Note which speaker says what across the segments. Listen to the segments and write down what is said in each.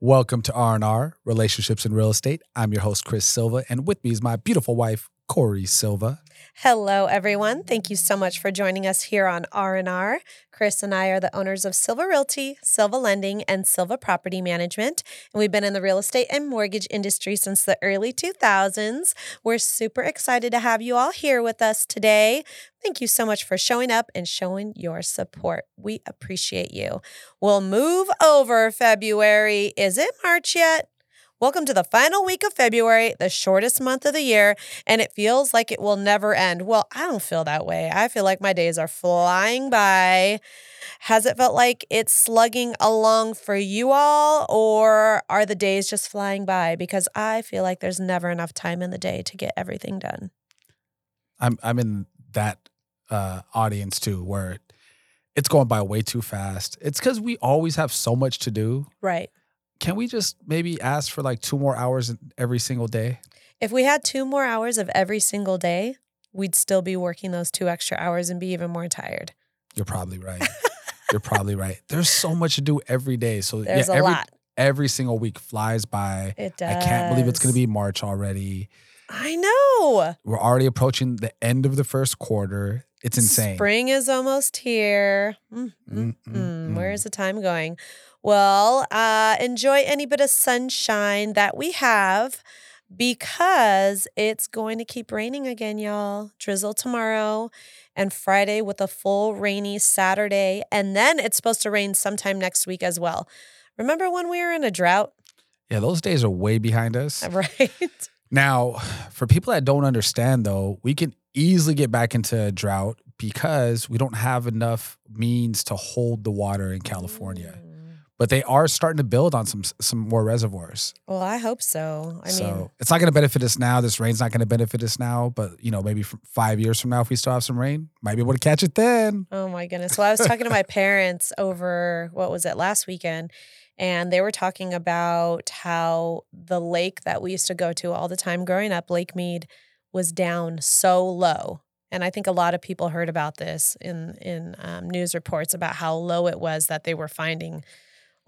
Speaker 1: Welcome to R&R, Relationships in Real Estate. I'm your host, Chris Silva, and with me is my beautiful wife, Corey Silva.
Speaker 2: Hello, everyone. Thank you so much for joining us here on R&R. Chris and I are the owners of Silva Realty, Silva Lending, and Silva Property Management. And we've been in the real estate and mortgage industry since the early 2000s. We're super excited to have you all here with us today. Thank you so much for showing up and showing your support. We appreciate you. We'll move over February. Is it March yet? Welcome to the final week of February, the shortest month of the year, and it feels like it will never end. Well, I don't feel that way. I feel like my days are flying by. Has it felt like it's slugging along for you all, or are the days just flying by? Because I feel like there's never enough time in the day to get everything done.
Speaker 1: I'm I'm in that uh, audience too, where it's going by way too fast. It's because we always have so much to do.
Speaker 2: Right.
Speaker 1: Can we just maybe ask for like two more hours in- every single day?
Speaker 2: If we had two more hours of every single day, we'd still be working those two extra hours and be even more tired.
Speaker 1: You're probably right. You're probably right. There's so much to do every day. So
Speaker 2: There's
Speaker 1: yeah,
Speaker 2: a
Speaker 1: every
Speaker 2: lot.
Speaker 1: every single week flies by.
Speaker 2: It does.
Speaker 1: I can't believe it's going to be March already.
Speaker 2: I know.
Speaker 1: We're already approaching the end of the first quarter. It's insane.
Speaker 2: Spring is almost here. Mm, mm,
Speaker 1: Mm, mm,
Speaker 2: mm. Where
Speaker 1: mm.
Speaker 2: is the time going? Well, uh, enjoy any bit of sunshine that we have because it's going to keep raining again, y'all. Drizzle tomorrow and Friday with a full rainy Saturday. And then it's supposed to rain sometime next week as well. Remember when we were in a drought?
Speaker 1: Yeah, those days are way behind us.
Speaker 2: Right.
Speaker 1: Now, for people that don't understand, though, we can easily get back into a drought because we don't have enough means to hold the water in California.
Speaker 2: Mm.
Speaker 1: But they are starting to build on some some more reservoirs.
Speaker 2: Well, I hope so. I
Speaker 1: so
Speaker 2: mean,
Speaker 1: it's not going to benefit us now. This rain's not going to benefit us now. But you know, maybe from five years from now, if we still have some rain, might be able to catch it then.
Speaker 2: Oh my goodness. Well, I was talking to my parents over what was it last weekend, and they were talking about how the lake that we used to go to all the time growing up, Lake Mead, was down so low. And I think a lot of people heard about this in in um, news reports about how low it was that they were finding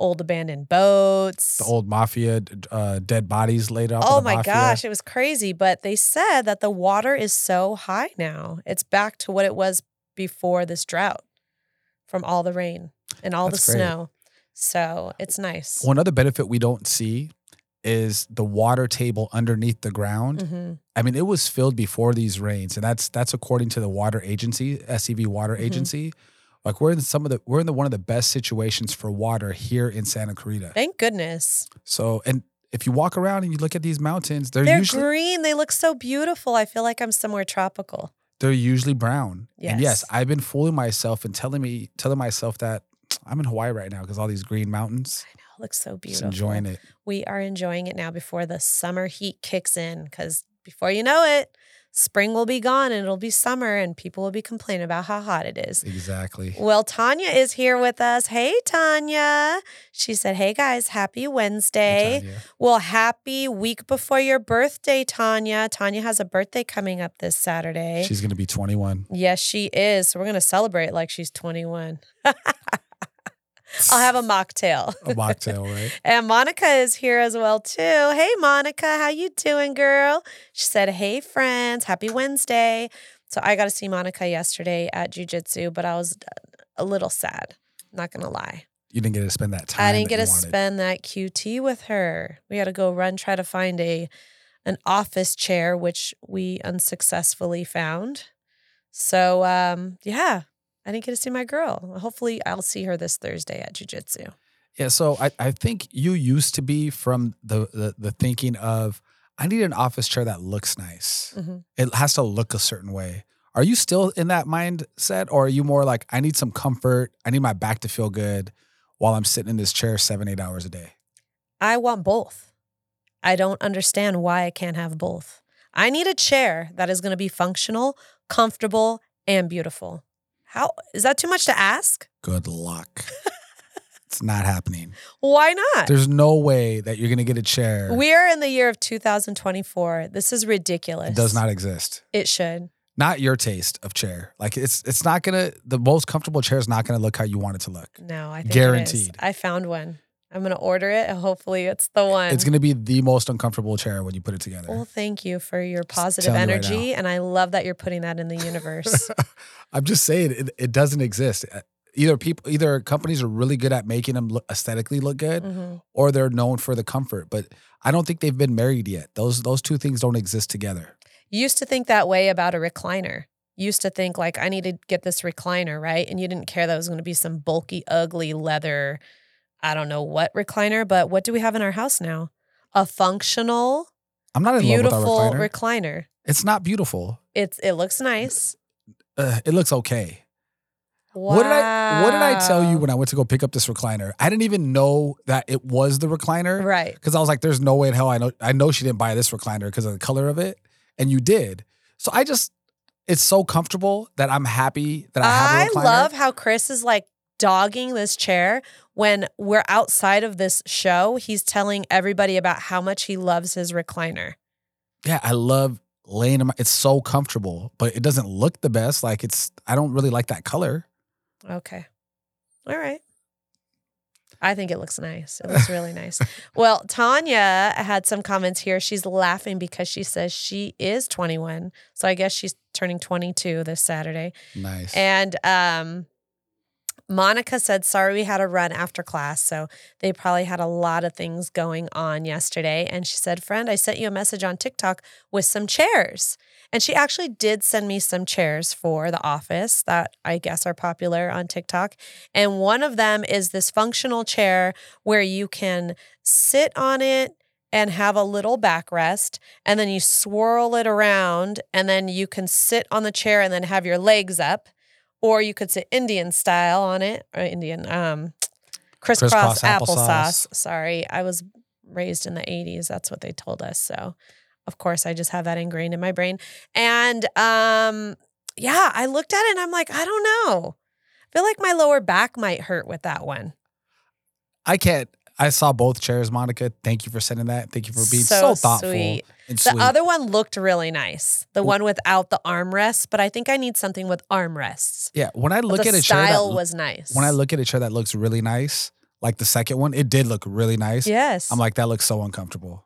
Speaker 2: old abandoned boats.
Speaker 1: The old mafia d- uh, dead bodies laid out. by
Speaker 2: Oh
Speaker 1: the
Speaker 2: my
Speaker 1: mafia.
Speaker 2: gosh, it was crazy. But they said that the water is so high now. It's back to what it was before this drought from all the rain and all
Speaker 1: That's
Speaker 2: the
Speaker 1: great.
Speaker 2: snow. So it's nice.
Speaker 1: Well, another benefit we don't see is the water table underneath the ground.
Speaker 2: hmm
Speaker 1: I mean, it was filled before these rains, and that's that's according to the water agency, SEV Water
Speaker 2: Mhm.
Speaker 1: Agency. Like we're in some of the we're in the one of the best situations for water here in Santa Clarita.
Speaker 2: Thank goodness.
Speaker 1: So, and if you walk around and you look at these mountains, they're,
Speaker 2: They're
Speaker 1: usually
Speaker 2: green. They look so beautiful. I feel like I'm somewhere tropical.
Speaker 1: they're usually brown. And yes,
Speaker 2: Yes.
Speaker 1: I've been fooling myself and telling me telling myself that I'm in Hawaii right now because all these green mountains.
Speaker 2: I know. It looks so
Speaker 1: Just
Speaker 2: beautiful.
Speaker 1: enjoying it.
Speaker 2: We are enjoying it now before the summer heat kicks in because before you know it, spring will be gone and it'll be summer and people will be complaining about how hot it is.
Speaker 1: Exactly.
Speaker 2: Well, Tanya is here with us. Hey, Tanya. She said, Hey, guys, happy
Speaker 1: Hey,
Speaker 2: Wednesday.
Speaker 1: Tanya.
Speaker 2: Well, happy week before your birthday, Tanya. Tanya has a birthday coming up this Saturday.
Speaker 1: She's gonna be 21.
Speaker 2: yes, she is. So we're going to celebrate like she's 21. I'll have a mocktail.
Speaker 1: a mocktail, right?
Speaker 2: And Monica is here as well too. Hey Monica, how you doing, girl? She said, "Hey friends, happy Wednesday." So I got to see Monica yesterday at jiu-jitsu, but I was a little sad. Not going to lie.
Speaker 1: You didn't get to spend that time.
Speaker 2: I didn't
Speaker 1: that
Speaker 2: get to
Speaker 1: you wanted.
Speaker 2: spend that QT with her. We had to go run try to find a an office chair which we unsuccessfully found. So um yeah, I didn't get to see my girl. Hopefully I'll see her this Thursday at jiu-jitsu.
Speaker 1: Yeah, so I, I think you used to be from the, the the thinking of I need an office chair that looks nice.
Speaker 2: Mhm.
Speaker 1: It has to look a certain way. Are you still in that mindset or are you more like I need some comfort, I need my back to feel good while I'm sitting in this chair 7 8 hours a day?
Speaker 2: I want both. I don't understand why I can't have both. I need a chair that is going to be functional, comfortable, and beautiful. How is that too much to ask?
Speaker 1: Good luck. it's not happening.
Speaker 2: Why not?
Speaker 1: There's no way that you're going to get a chair
Speaker 2: We are in the year of 2024. This is ridiculous.
Speaker 1: that does not exist.
Speaker 2: It should.
Speaker 1: Not your taste of chair. Like it's it's not going to the most comfortable chair is not going to look how you want it to look.
Speaker 2: No, I think it is.
Speaker 1: Guaranteed.
Speaker 2: I found one. I'm gonna order it and hopefully it's the one.
Speaker 1: It's going to be the most uncomfortable chair when you put it together.
Speaker 2: well, thank you for your positive
Speaker 1: telling you right
Speaker 2: energy, and I love that you're putting that in the universe.
Speaker 1: I'm just saying it, it doesn't exist. Uh, Either people, either companies are really good at making them look, aesthetically look good,
Speaker 2: Mhm.
Speaker 1: or they're known for the comfort. But I don't think they've been married yet. Those those two things don't exist together.
Speaker 2: Used to think that way about a recliner. Used to think like I need to get this recliner right, and you didn't care that it was gonna be some bulky, ugly leather. I don't know what recliner, but what do we have in our house now? A functional,
Speaker 1: I'm not in
Speaker 2: beautiful
Speaker 1: love with our recliner.
Speaker 2: recliner.
Speaker 1: it's not beautiful.
Speaker 2: It's it looks nice.
Speaker 1: Uh, it looks okay. What did I What did I tell you when I went to go pick up this recliner? I didn't even know that it was the recliner.
Speaker 2: Right.
Speaker 1: because I was like, "There's no way in hell I know I know she didn't buy this recliner because of the color of it," and you did. So I just, it's so comfortable that I'm happy that I
Speaker 2: I
Speaker 1: have. A recliner.
Speaker 2: love how Chris is like dogging this chair when we're outside of this show. He's telling everybody about how much he loves his recliner.
Speaker 1: Yeah, I love laying in my. It's so comfortable, but it doesn't look the best. Like it's, I don't really like that color.
Speaker 2: Okay. All right. I think it looks nice. It looks really nice. Well, Tanya had some comments here. She's laughing because she says she is 21. So I guess she's turning 22 this Saturday.
Speaker 1: Nice.
Speaker 2: And um, Monica said, sorry, we had a run after class. So they probably had a lot of things going on yesterday. And she said, friend, I sent you a message on TikTok with some chairs. And she actually did send me some chairs for the office that I guess are popular on TikTok. And one of them is this functional chair where you can sit on it and have a little backrest and then you swirl it around and then you can sit on the chair and then have your legs up or you could sit Indian style on it or Indian um crisscross,
Speaker 1: Crisscross
Speaker 2: applesauce.
Speaker 1: applesauce.
Speaker 2: Sorry, I was raised in the 80s. That's what they told us. So, of course, I just have that ingrained in my brain. And um yeah, I looked at it and I'm like, I don't know. I feel like my lower back might hurt with that one.
Speaker 1: I can't. I saw both chairs, Monica. Thank you for sending that. Thank you for being so,
Speaker 2: So
Speaker 1: thoughtful
Speaker 2: sweet.
Speaker 1: and
Speaker 2: The
Speaker 1: sweet.
Speaker 2: other one looked really nice, the
Speaker 1: Wh-
Speaker 2: one without the armrest, but I think I need something with armrests.
Speaker 1: yeah, when I
Speaker 2: But
Speaker 1: look
Speaker 2: the
Speaker 1: at a chair,
Speaker 2: style
Speaker 1: that,
Speaker 2: was nice.
Speaker 1: when I look at a chair that looks really nice, like the second one, it did look really nice.
Speaker 2: yes,
Speaker 1: I'm like, that looks so uncomfortable.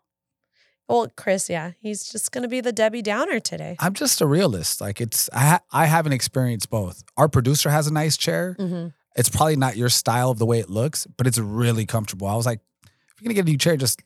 Speaker 2: well, Chris, yeah, he's just gonna be the Debbie Downer today.
Speaker 1: I'm just a realist. Like it's I ha- I haven't experienced both. Our producer has a nice chair.
Speaker 2: Mm-hmm.
Speaker 1: It's probably not your style of the way it looks, but it's really comfortable. I was like, if you're gonna get a new chair, just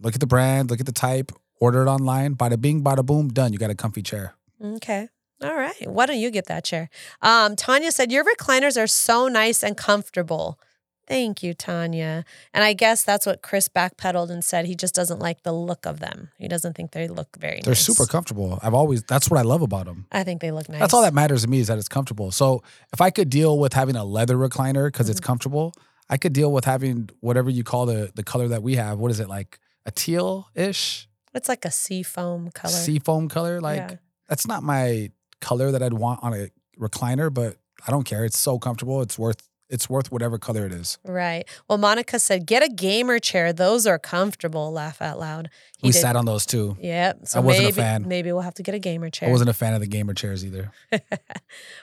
Speaker 1: look at the brand, look at the type, order it online. Bada bing, bada boom, done. You got a comfy chair.
Speaker 2: Okay. All right. Why don't you get that chair? Um, Tanya said, Your recliners are so nice and comfortable. Thank you, Tanya. And I guess that's what Chris backpedaled and said. He just doesn't like the look of them. He doesn't think they look very
Speaker 1: They're
Speaker 2: nice.
Speaker 1: super comfortable. I've always that's what I love about them.
Speaker 2: I think they look nice.
Speaker 1: That's all that matters to me is that it's comfortable. So if I could deal with having a leather recliner because
Speaker 2: Mm-hmm.
Speaker 1: it's comfortable, I could deal with having whatever you call the the color that we have. What is it like a teal ish
Speaker 2: It's like a sea foam color.
Speaker 1: seafoam color? Like
Speaker 2: Yeah.
Speaker 1: that's not my color that I'd want on a recliner, but I don't care. It's so comfortable. It's worth it's worth whatever color it is.
Speaker 2: Right. Well, Monica said, Get a gamer chair. Those are comfortable. Laugh out loud.
Speaker 1: we sat on those too.
Speaker 2: Yep. So
Speaker 1: wasn't a
Speaker 2: maybe,
Speaker 1: fan.
Speaker 2: maybe we'll have to get a gamer chair.
Speaker 1: I wasn't a fan of the gamer chairs either.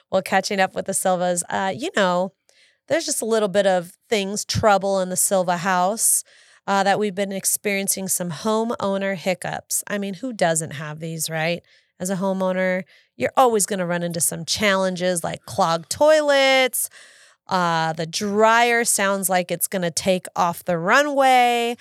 Speaker 2: well, catching up with the Silvas, uh, you know, there's just a little bit of things, trouble in the Silva house uh, that we've been experiencing some homeowner hiccups. I mean, who doesn't have these, right? As a homeowner, you're always going to run into some challenges like clogged toilets. Uh, the dryer sounds like it's going to take off the runway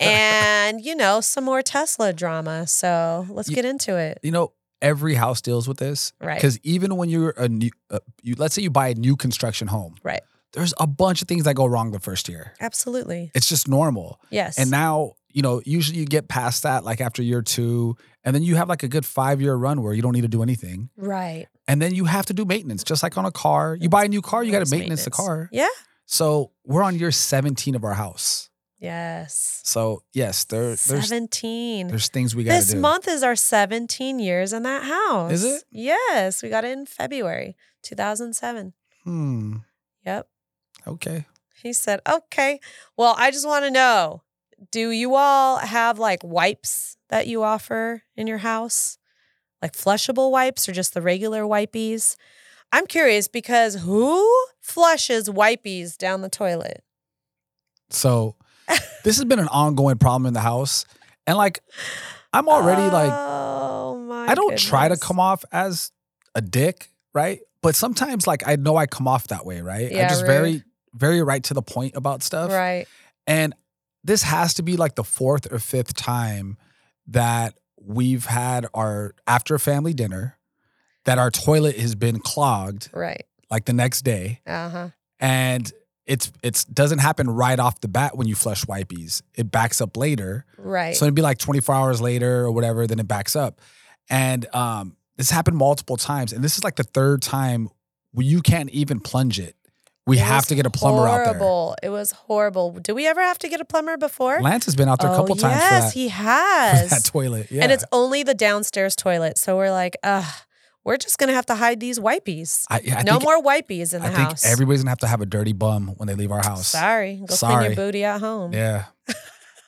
Speaker 2: and, you know, some more Tesla drama. So let's
Speaker 1: Ye-
Speaker 2: get into it.
Speaker 1: You know, every house deals with this.
Speaker 2: Right.
Speaker 1: Because even when you're a new, uh, you, let's say you buy a new construction home,
Speaker 2: Right.
Speaker 1: There's a bunch of things that go wrong the first year.
Speaker 2: Absolutely.
Speaker 1: It's just normal.
Speaker 2: Yes.
Speaker 1: And now, you know, usually you get past that like after year two, and then you have like a good five year run where you don't need to do anything.
Speaker 2: right.
Speaker 1: And then you have to do maintenance, just like on a car. You buy a new car, you got to
Speaker 2: Always
Speaker 1: maintenance the car.
Speaker 2: Yeah.
Speaker 1: So we're on year 17 of our house.
Speaker 2: Yes.
Speaker 1: So yes, there, there's
Speaker 2: 17.
Speaker 1: there's things we got to
Speaker 2: This
Speaker 1: do.
Speaker 2: month is our 17 years in that house.
Speaker 1: Is it?
Speaker 2: Yes. We got it in February 2007.
Speaker 1: Hmm.
Speaker 2: Yep.
Speaker 1: Okay.
Speaker 2: He said, okay. Well, I just want to know do you all have like wipes that you offer in your house? Like flushable wipes or just the regular wipies? I'm curious because who flushes wipies down the toilet?
Speaker 1: So this has been an ongoing problem in the house. And like, I'm already like,
Speaker 2: Oh my!
Speaker 1: I don't try to
Speaker 2: goodness.
Speaker 1: come off as a dick, right? But sometimes like I know I come off that way, right?
Speaker 2: Yeah,
Speaker 1: I'm just
Speaker 2: rude.
Speaker 1: very, very right to the point about stuff.
Speaker 2: Right.
Speaker 1: And this has to be like the fourth or fifth time that we've had our after family dinner that our toilet has been clogged
Speaker 2: Right.
Speaker 1: like the next day
Speaker 2: Uh huh.
Speaker 1: and it's it's doesn't happen right off the bat when you flush wipies. It backs up later,
Speaker 2: Right.
Speaker 1: so it'd be like 24 hours later or whatever. Then it backs up, and um, this happened multiple times. And this is like the third time where you can't even plunge it. We
Speaker 2: It
Speaker 1: have
Speaker 2: was
Speaker 1: to get a plumber out
Speaker 2: horrible. It was horrible. Do we ever have to get a plumber before?
Speaker 1: there. Lance has been out there a
Speaker 2: oh,
Speaker 1: couple times
Speaker 2: yes,
Speaker 1: for,
Speaker 2: he
Speaker 1: that, for
Speaker 2: has.
Speaker 1: that toilet. Yeah,
Speaker 2: And it's only the downstairs toilet. So we're like, ugh, we're just gonna have to hide these wipies.
Speaker 1: I, I
Speaker 2: no
Speaker 1: think,
Speaker 2: more wipies in the
Speaker 1: I think
Speaker 2: house.
Speaker 1: everybody's gonna have to have a dirty bum when they leave our house.
Speaker 2: Sorry. Go clean
Speaker 1: Sorry.
Speaker 2: your booty at home.
Speaker 1: Yeah,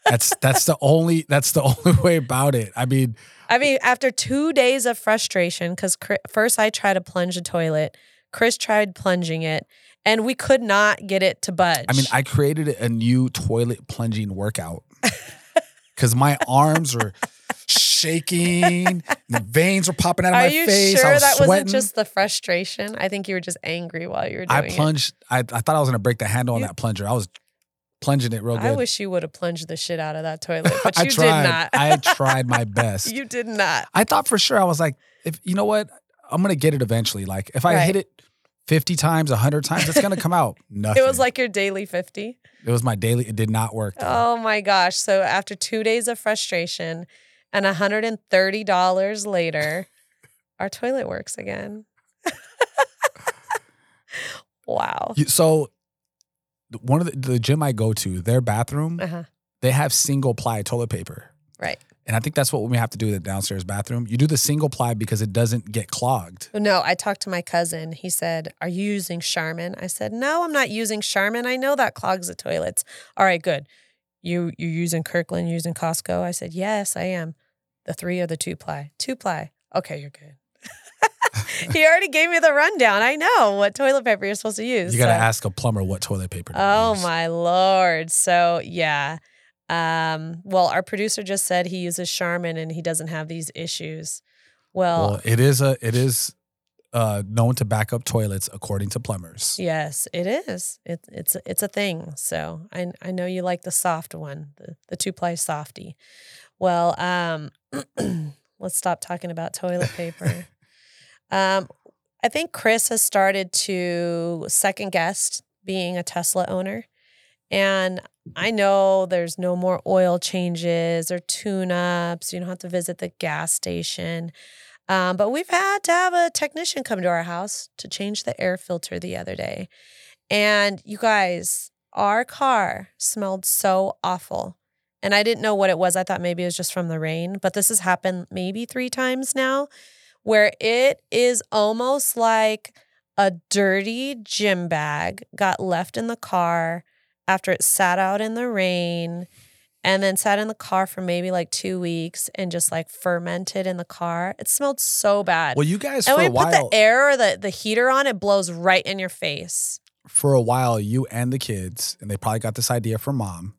Speaker 1: that's that's the only that's the only way about it. I mean,
Speaker 2: I mean, after two days of frustration, because first I tried to plunge the toilet, Chris tried plunging it, and we could not get it to budge.
Speaker 1: I mean, I created a new toilet plunging workout because my arms are shaking, and the veins are popping out of
Speaker 2: Are
Speaker 1: my
Speaker 2: you
Speaker 1: face.
Speaker 2: sure
Speaker 1: I was
Speaker 2: that
Speaker 1: sweating.
Speaker 2: wasn't just the frustration? I think you were just angry while you were doing
Speaker 1: I plunged. I, I thought I was gonna break the handle on
Speaker 2: You-
Speaker 1: that plunger. I was plunging it real
Speaker 2: it.
Speaker 1: good.
Speaker 2: I wish you would have plunged the shit out of that toilet, but
Speaker 1: I
Speaker 2: you did
Speaker 1: tried.
Speaker 2: not.
Speaker 1: I tried my best.
Speaker 2: you did not.
Speaker 1: I thought for sure I was like, if you know what, I'm gonna get it eventually. Like if I
Speaker 2: Right.
Speaker 1: hit it. 50 times, 100 times, it's gonna come out. Nothing.
Speaker 2: It was like your daily 50.
Speaker 1: it was my daily, it did not work. though.
Speaker 2: Oh my gosh. So after two days of frustration and $130 later, our toilet works again. wow.
Speaker 1: You- so th- one of the, the gym I go to, their bathroom,
Speaker 2: Uh-huh.
Speaker 1: they have single ply toilet paper.
Speaker 2: Right.
Speaker 1: And I think that's what we have to do with the downstairs bathroom. You do the single ply because it doesn't get clogged.
Speaker 2: No, I talked to my cousin. He said, Are you using Charmin? I said, No, I'm not using Charmin. I know that clogs the toilets. All right, good. You you using Kirkland, you using Costco? I said, Yes, I am. The three or the two ply. Two ply. Okay, you're good. he already gave me the rundown. I know what toilet paper you're supposed to use.
Speaker 1: You got to
Speaker 2: so-
Speaker 1: ask a plumber what toilet paper. to
Speaker 2: Oh
Speaker 1: use.
Speaker 2: my lord. So yeah. Um, well, our producer just said he uses Charmin and he doesn't have these issues. Well,
Speaker 1: Well, it is a it is uh, known to back up toilets according to plumbers.
Speaker 2: yes, it is. It, it's a- it's a thing. So I I know you like the soft one, the, the two ply softy. Well, um, let's stop talking about toilet paper. um, I think Chris has started to second guess being a Tesla owner. And I know there's no more oil changes or tune ups. You don't have to visit the gas station. Um, but we've had to have a technician come to our house to change the air filter the other day. And you guys, our car smelled so awful. And I didn't know what it was. I thought maybe it was just from the rain, but this has happened maybe three times now where it is almost like a dirty gym bag got left in the car after it sat out in the rain and then sat in the car for maybe like two weeks and just like fermented in the car. It smelled so bad.
Speaker 1: Well, you guys
Speaker 2: and
Speaker 1: for
Speaker 2: when
Speaker 1: a
Speaker 2: you put
Speaker 1: while
Speaker 2: the air or the, the heater on, it blows right in your face.
Speaker 1: for a while you and the kids and they probably got this idea from mom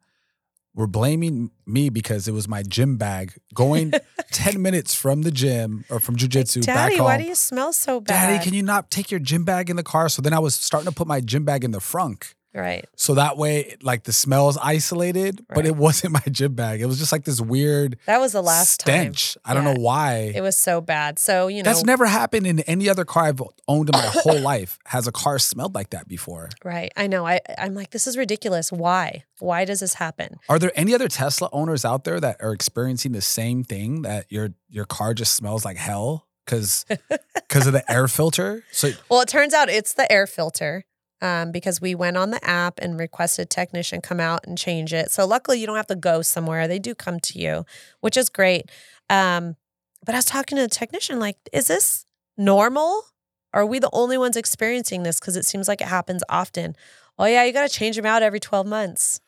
Speaker 1: were blaming me because it was my gym bag going 10 minutes from the gym or from jujitsu back
Speaker 2: Daddy,
Speaker 1: home.
Speaker 2: why do you smell so bad?
Speaker 1: Daddy, can you not take your gym bag in the car? So then I was starting to put my gym bag in the frunk.
Speaker 2: Right.
Speaker 1: So that way, like the smell is isolated, but it wasn't my gym bag. It was just like this weird
Speaker 2: That was the last
Speaker 1: stench. I don't
Speaker 2: Yeah.
Speaker 1: know why.
Speaker 2: time. It was so bad. So, you know,
Speaker 1: That's never happened in any other car I've owned in my whole life. Has a car smelled like that before?
Speaker 2: right. I know. I, I'm like, this is ridiculous. Why? Why does this happen?
Speaker 1: Are there any other Tesla owners out there that are experiencing the same thing that your your car just smells like hell because because of the air filter? So
Speaker 2: Well, it turns out it's the air filter um, because we went on the app and requested a technician come out and change it. So luckily, you don't have to go somewhere; they do come to you, which is great. Um, but I was talking to the technician, like, is this normal? Are we the only ones experiencing this? Because it seems like it happens often. Oh yeah, you got to change them out every twelve months.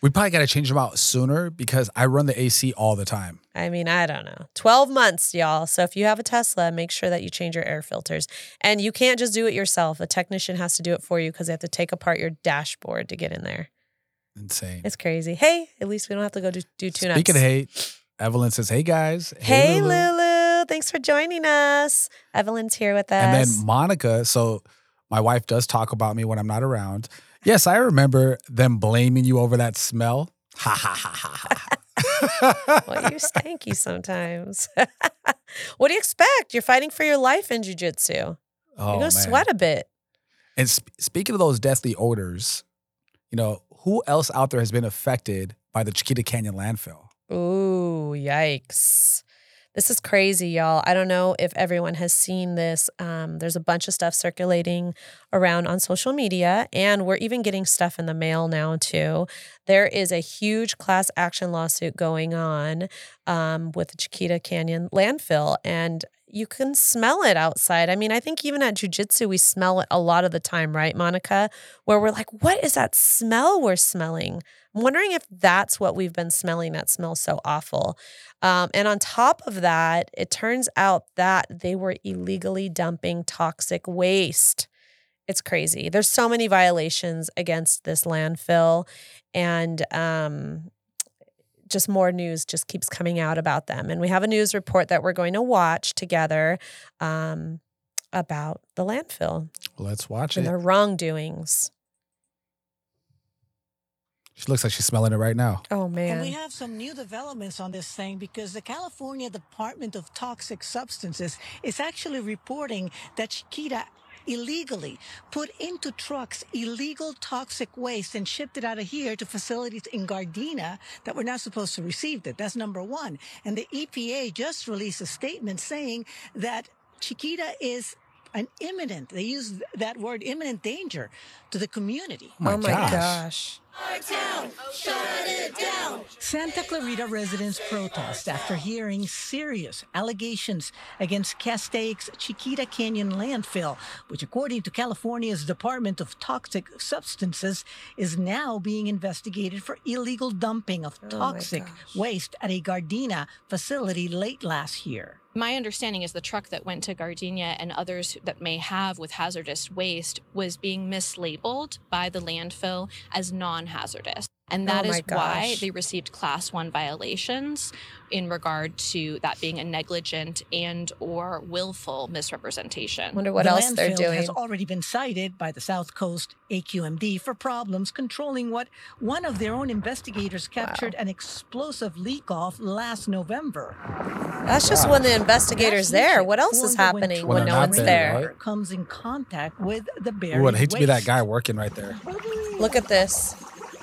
Speaker 1: we probably got to change them out sooner because I run the AC all the time.
Speaker 2: I mean, I don't know. 12 months, y'all. So if you have a Tesla, make sure that you change your air filters. And you can't just do it yourself. A technician has to do it for you because they have to take apart your dashboard to get in there.
Speaker 1: Insane.
Speaker 2: It's crazy. Hey, at least we don't have to go do, do tune ups.
Speaker 1: Speaking of hate, Evelyn says, "Hey guys,
Speaker 2: hey,
Speaker 1: Lulu."
Speaker 2: Lulu. Thanks for joining us. Evelyn's here with us.
Speaker 1: And then Monica, so my wife does talk about me when I'm not around. Yes, I remember them blaming you over that smell. Ha ha ha ha ha.
Speaker 2: well, you stanky sometimes. what do you expect? You're fighting for your life in jujitsu.
Speaker 1: Oh,
Speaker 2: You're
Speaker 1: man.
Speaker 2: gonna sweat a bit.
Speaker 1: And sp- speaking of those deathly odors, you know, who else out there has been affected by the Chiquita Canyon landfill?
Speaker 2: Ooh, yikes. This is crazy, y'all. I don't know if everyone has seen this. Um, there's a bunch of stuff circulating around on social media, and we're even getting stuff in the mail now, too. There is a huge class action lawsuit going on um, with the Chiquita Canyon landfill, and you can smell it outside. I mean, I think even at jujitsu, we smell it a lot of the time, right, Monica? Where we're like, what is that smell we're smelling? I'm wondering if that's what we've been smelling that smells so awful. Um, and on top of that, it turns out that they were illegally dumping toxic waste. It's crazy. There's so many violations against this landfill, and um, just more news just keeps coming out about them. And we have a news report that we're going to watch together um, about the landfill
Speaker 1: Let's watch
Speaker 2: and
Speaker 1: it.
Speaker 2: their wrongdoings.
Speaker 1: She looks like she's smelling it right now.
Speaker 2: Oh
Speaker 3: And we
Speaker 2: man,
Speaker 3: have some new developments on this thing because the California Department of Toxic Substances is actually reporting that Chiquita illegally put into trucks illegal toxic waste and shipped it out of here to facilities in Gardena that were not supposed to receive it. That's number one. And the EPA just released a statement saying that Chiquita is an imminent, they use that word imminent danger to the community.
Speaker 1: Oh my,
Speaker 2: oh my
Speaker 1: gosh.
Speaker 2: gosh.
Speaker 3: Santa Clarita residents protest after hearing serious allegations against Castaig's Chiquita Canyon landfill, which, according to California's Department of Toxic Substances, is now being investigated for illegal dumping of toxic
Speaker 2: Oh gosh.
Speaker 3: waste at a Gardena facility late last year.
Speaker 4: My understanding is the truck that went to Gardenia and others that may have with hazardous waste was being mislabeled by the landfill as non-hazardous. And that
Speaker 2: Oh
Speaker 4: is
Speaker 2: my
Speaker 4: why
Speaker 2: gosh.
Speaker 4: they received class 1 violations in regard to that being a negligent and or willful misrepresentation.
Speaker 2: Wonder what
Speaker 3: The
Speaker 2: else they're
Speaker 3: landfill
Speaker 2: doing.
Speaker 3: has already been cited by the South Coast AQMD for problems controlling what one of their own investigators captured an explosive leak off last November.
Speaker 2: That's just when the investigator's there. What else is
Speaker 3: Wonder
Speaker 2: happening
Speaker 1: When
Speaker 2: when,
Speaker 1: they're
Speaker 2: no
Speaker 1: not
Speaker 2: one's
Speaker 1: there,
Speaker 2: there?
Speaker 1: right?
Speaker 3: Comes in contact with the buried
Speaker 1: Ooh, I'd hate to be that
Speaker 3: waste.
Speaker 1: guy working right there.
Speaker 2: Look at this.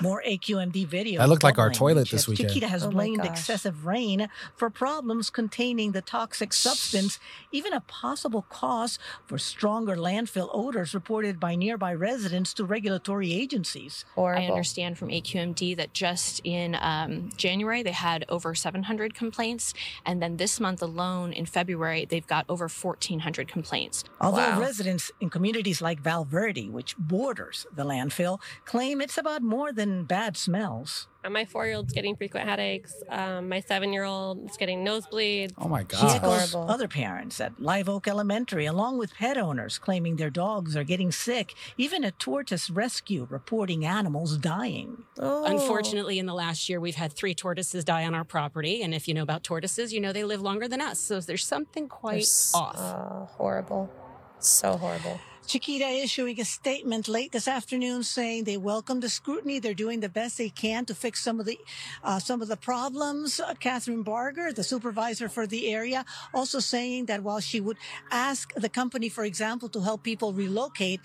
Speaker 3: More AQMD video.
Speaker 1: That looked like our
Speaker 3: doubling
Speaker 1: toilet
Speaker 3: which
Speaker 1: this
Speaker 3: is-
Speaker 1: weekend.
Speaker 3: Chiquita has
Speaker 2: Oh my
Speaker 3: blamed
Speaker 2: gosh.
Speaker 3: excessive rain for problems containing the toxic substance, even a possible cause for stronger landfill odors reported by nearby residents to regulatory agencies.
Speaker 4: I
Speaker 2: Horrible.
Speaker 4: understand from AQMD that just in um, January they had over 700 complaints, and then this month alone in February they've got over 1,400 complaints.
Speaker 3: Although
Speaker 2: Wow.
Speaker 3: residents in communities like Val Verde, which borders the landfill, claim it's about more than bad smells.
Speaker 5: My four year old's getting frequent headaches. Um, my seven year old is getting nosebleeds.
Speaker 1: Oh my
Speaker 3: She
Speaker 1: gosh.
Speaker 3: echoes
Speaker 2: Horrible.
Speaker 3: other parents at Live Oak Elementary, along with pet owners claiming their dogs are getting sick, even a tortoise rescue reporting animals dying.
Speaker 2: Oh.
Speaker 6: Unfortunately, in the last year, we've had three tortoises die on our property. And if you know about tortoises, you know they live longer than us. So there's something quite
Speaker 2: There's-
Speaker 6: off.
Speaker 2: uh, horrible. So horrible.
Speaker 3: Chiquita issuing a statement late this afternoon saying they welcome the scrutiny. They're doing the best they can to fix some of the uh, some of the problems. Uh, Catherine Barger, the supervisor for the area, also saying that while she would ask the company, for example, to help people relocate.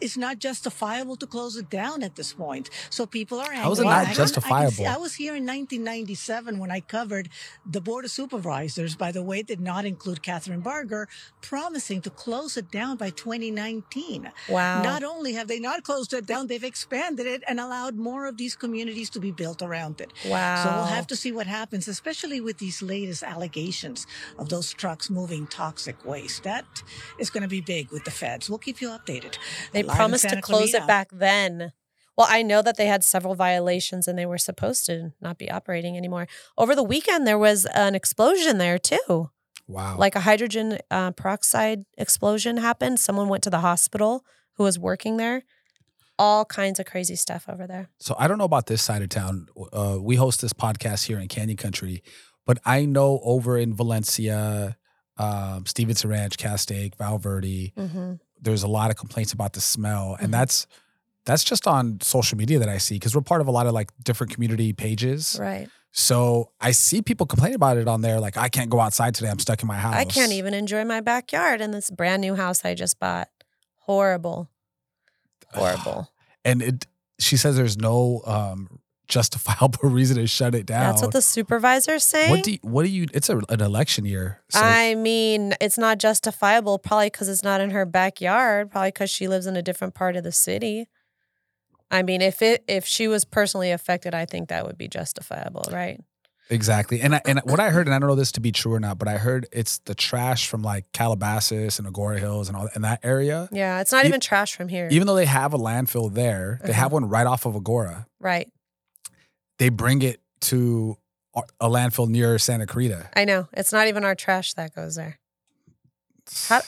Speaker 3: It's not justifiable to close it down at this point. So people are angry.
Speaker 1: How is
Speaker 2: it not
Speaker 3: I don't- I can
Speaker 1: justifiable?
Speaker 3: see- I was here in 1997 when I covered the Board of Supervisors, by the way, did not include Catherine Barger, promising to close it down by 2019.
Speaker 2: Wow.
Speaker 3: Not only have they not closed it down, they've expanded it and allowed more of these communities to be built around it.
Speaker 2: wow.
Speaker 3: So we'll have to see what happens, especially with these latest allegations of those trucks moving toxic waste. That is going to be big with the feds. We'll keep you updated.
Speaker 2: They
Speaker 3: Live in
Speaker 2: promised to
Speaker 3: Santa
Speaker 2: close
Speaker 3: Clarita.
Speaker 2: it back then. Well, I know that they had several violations and they were supposed to not be operating anymore. Over the weekend, there was an explosion there too.
Speaker 1: Wow.
Speaker 2: Like a hydrogen uh, peroxide explosion happened. Someone went to the hospital who was working there. all kinds of crazy stuff over there.
Speaker 1: So I don't know about this side of town. Uh, we host this podcast here in Canyon Country, but I know over in Valencia, um, Stevenson Ranch, Castaic, Valverde,
Speaker 2: Mm-hmm.
Speaker 1: there's a lot of complaints about the smell,
Speaker 2: Mhm.
Speaker 1: and that's that's just on social media that I see because we're part of a lot of like different community pages.
Speaker 2: Right.
Speaker 1: So I see people complain about it on there, like I can't go outside today. I'm stuck in my house.
Speaker 2: I can't even enjoy my backyard in this brand new house I just bought. Horrible. Horrible.
Speaker 1: And it, she says there's no um, justifiable reason to shut it down.
Speaker 2: That's what the supervisor's saying.
Speaker 1: What do you, what do you? It's a, an election year. So
Speaker 2: I mean, it's not justifiable, probably because it's not in her backyard, probably because she lives in a different part of the city. I mean, if it if she was personally affected, I think that would be justifiable, right?
Speaker 1: exactly. And I, and what I heard, and I don't know this to be true or not, but I heard it's the trash from like Calabasas and Agora Hills and all in that area.
Speaker 2: Yeah, it's not
Speaker 1: E-
Speaker 2: even trash from here,
Speaker 1: Even though they have a landfill there,
Speaker 2: Uh-huh.
Speaker 1: they have one right off of Agora.
Speaker 2: right?
Speaker 1: They bring it to a- a landfill near Santa Clarita.
Speaker 2: I know it's not even our trash that goes there. How,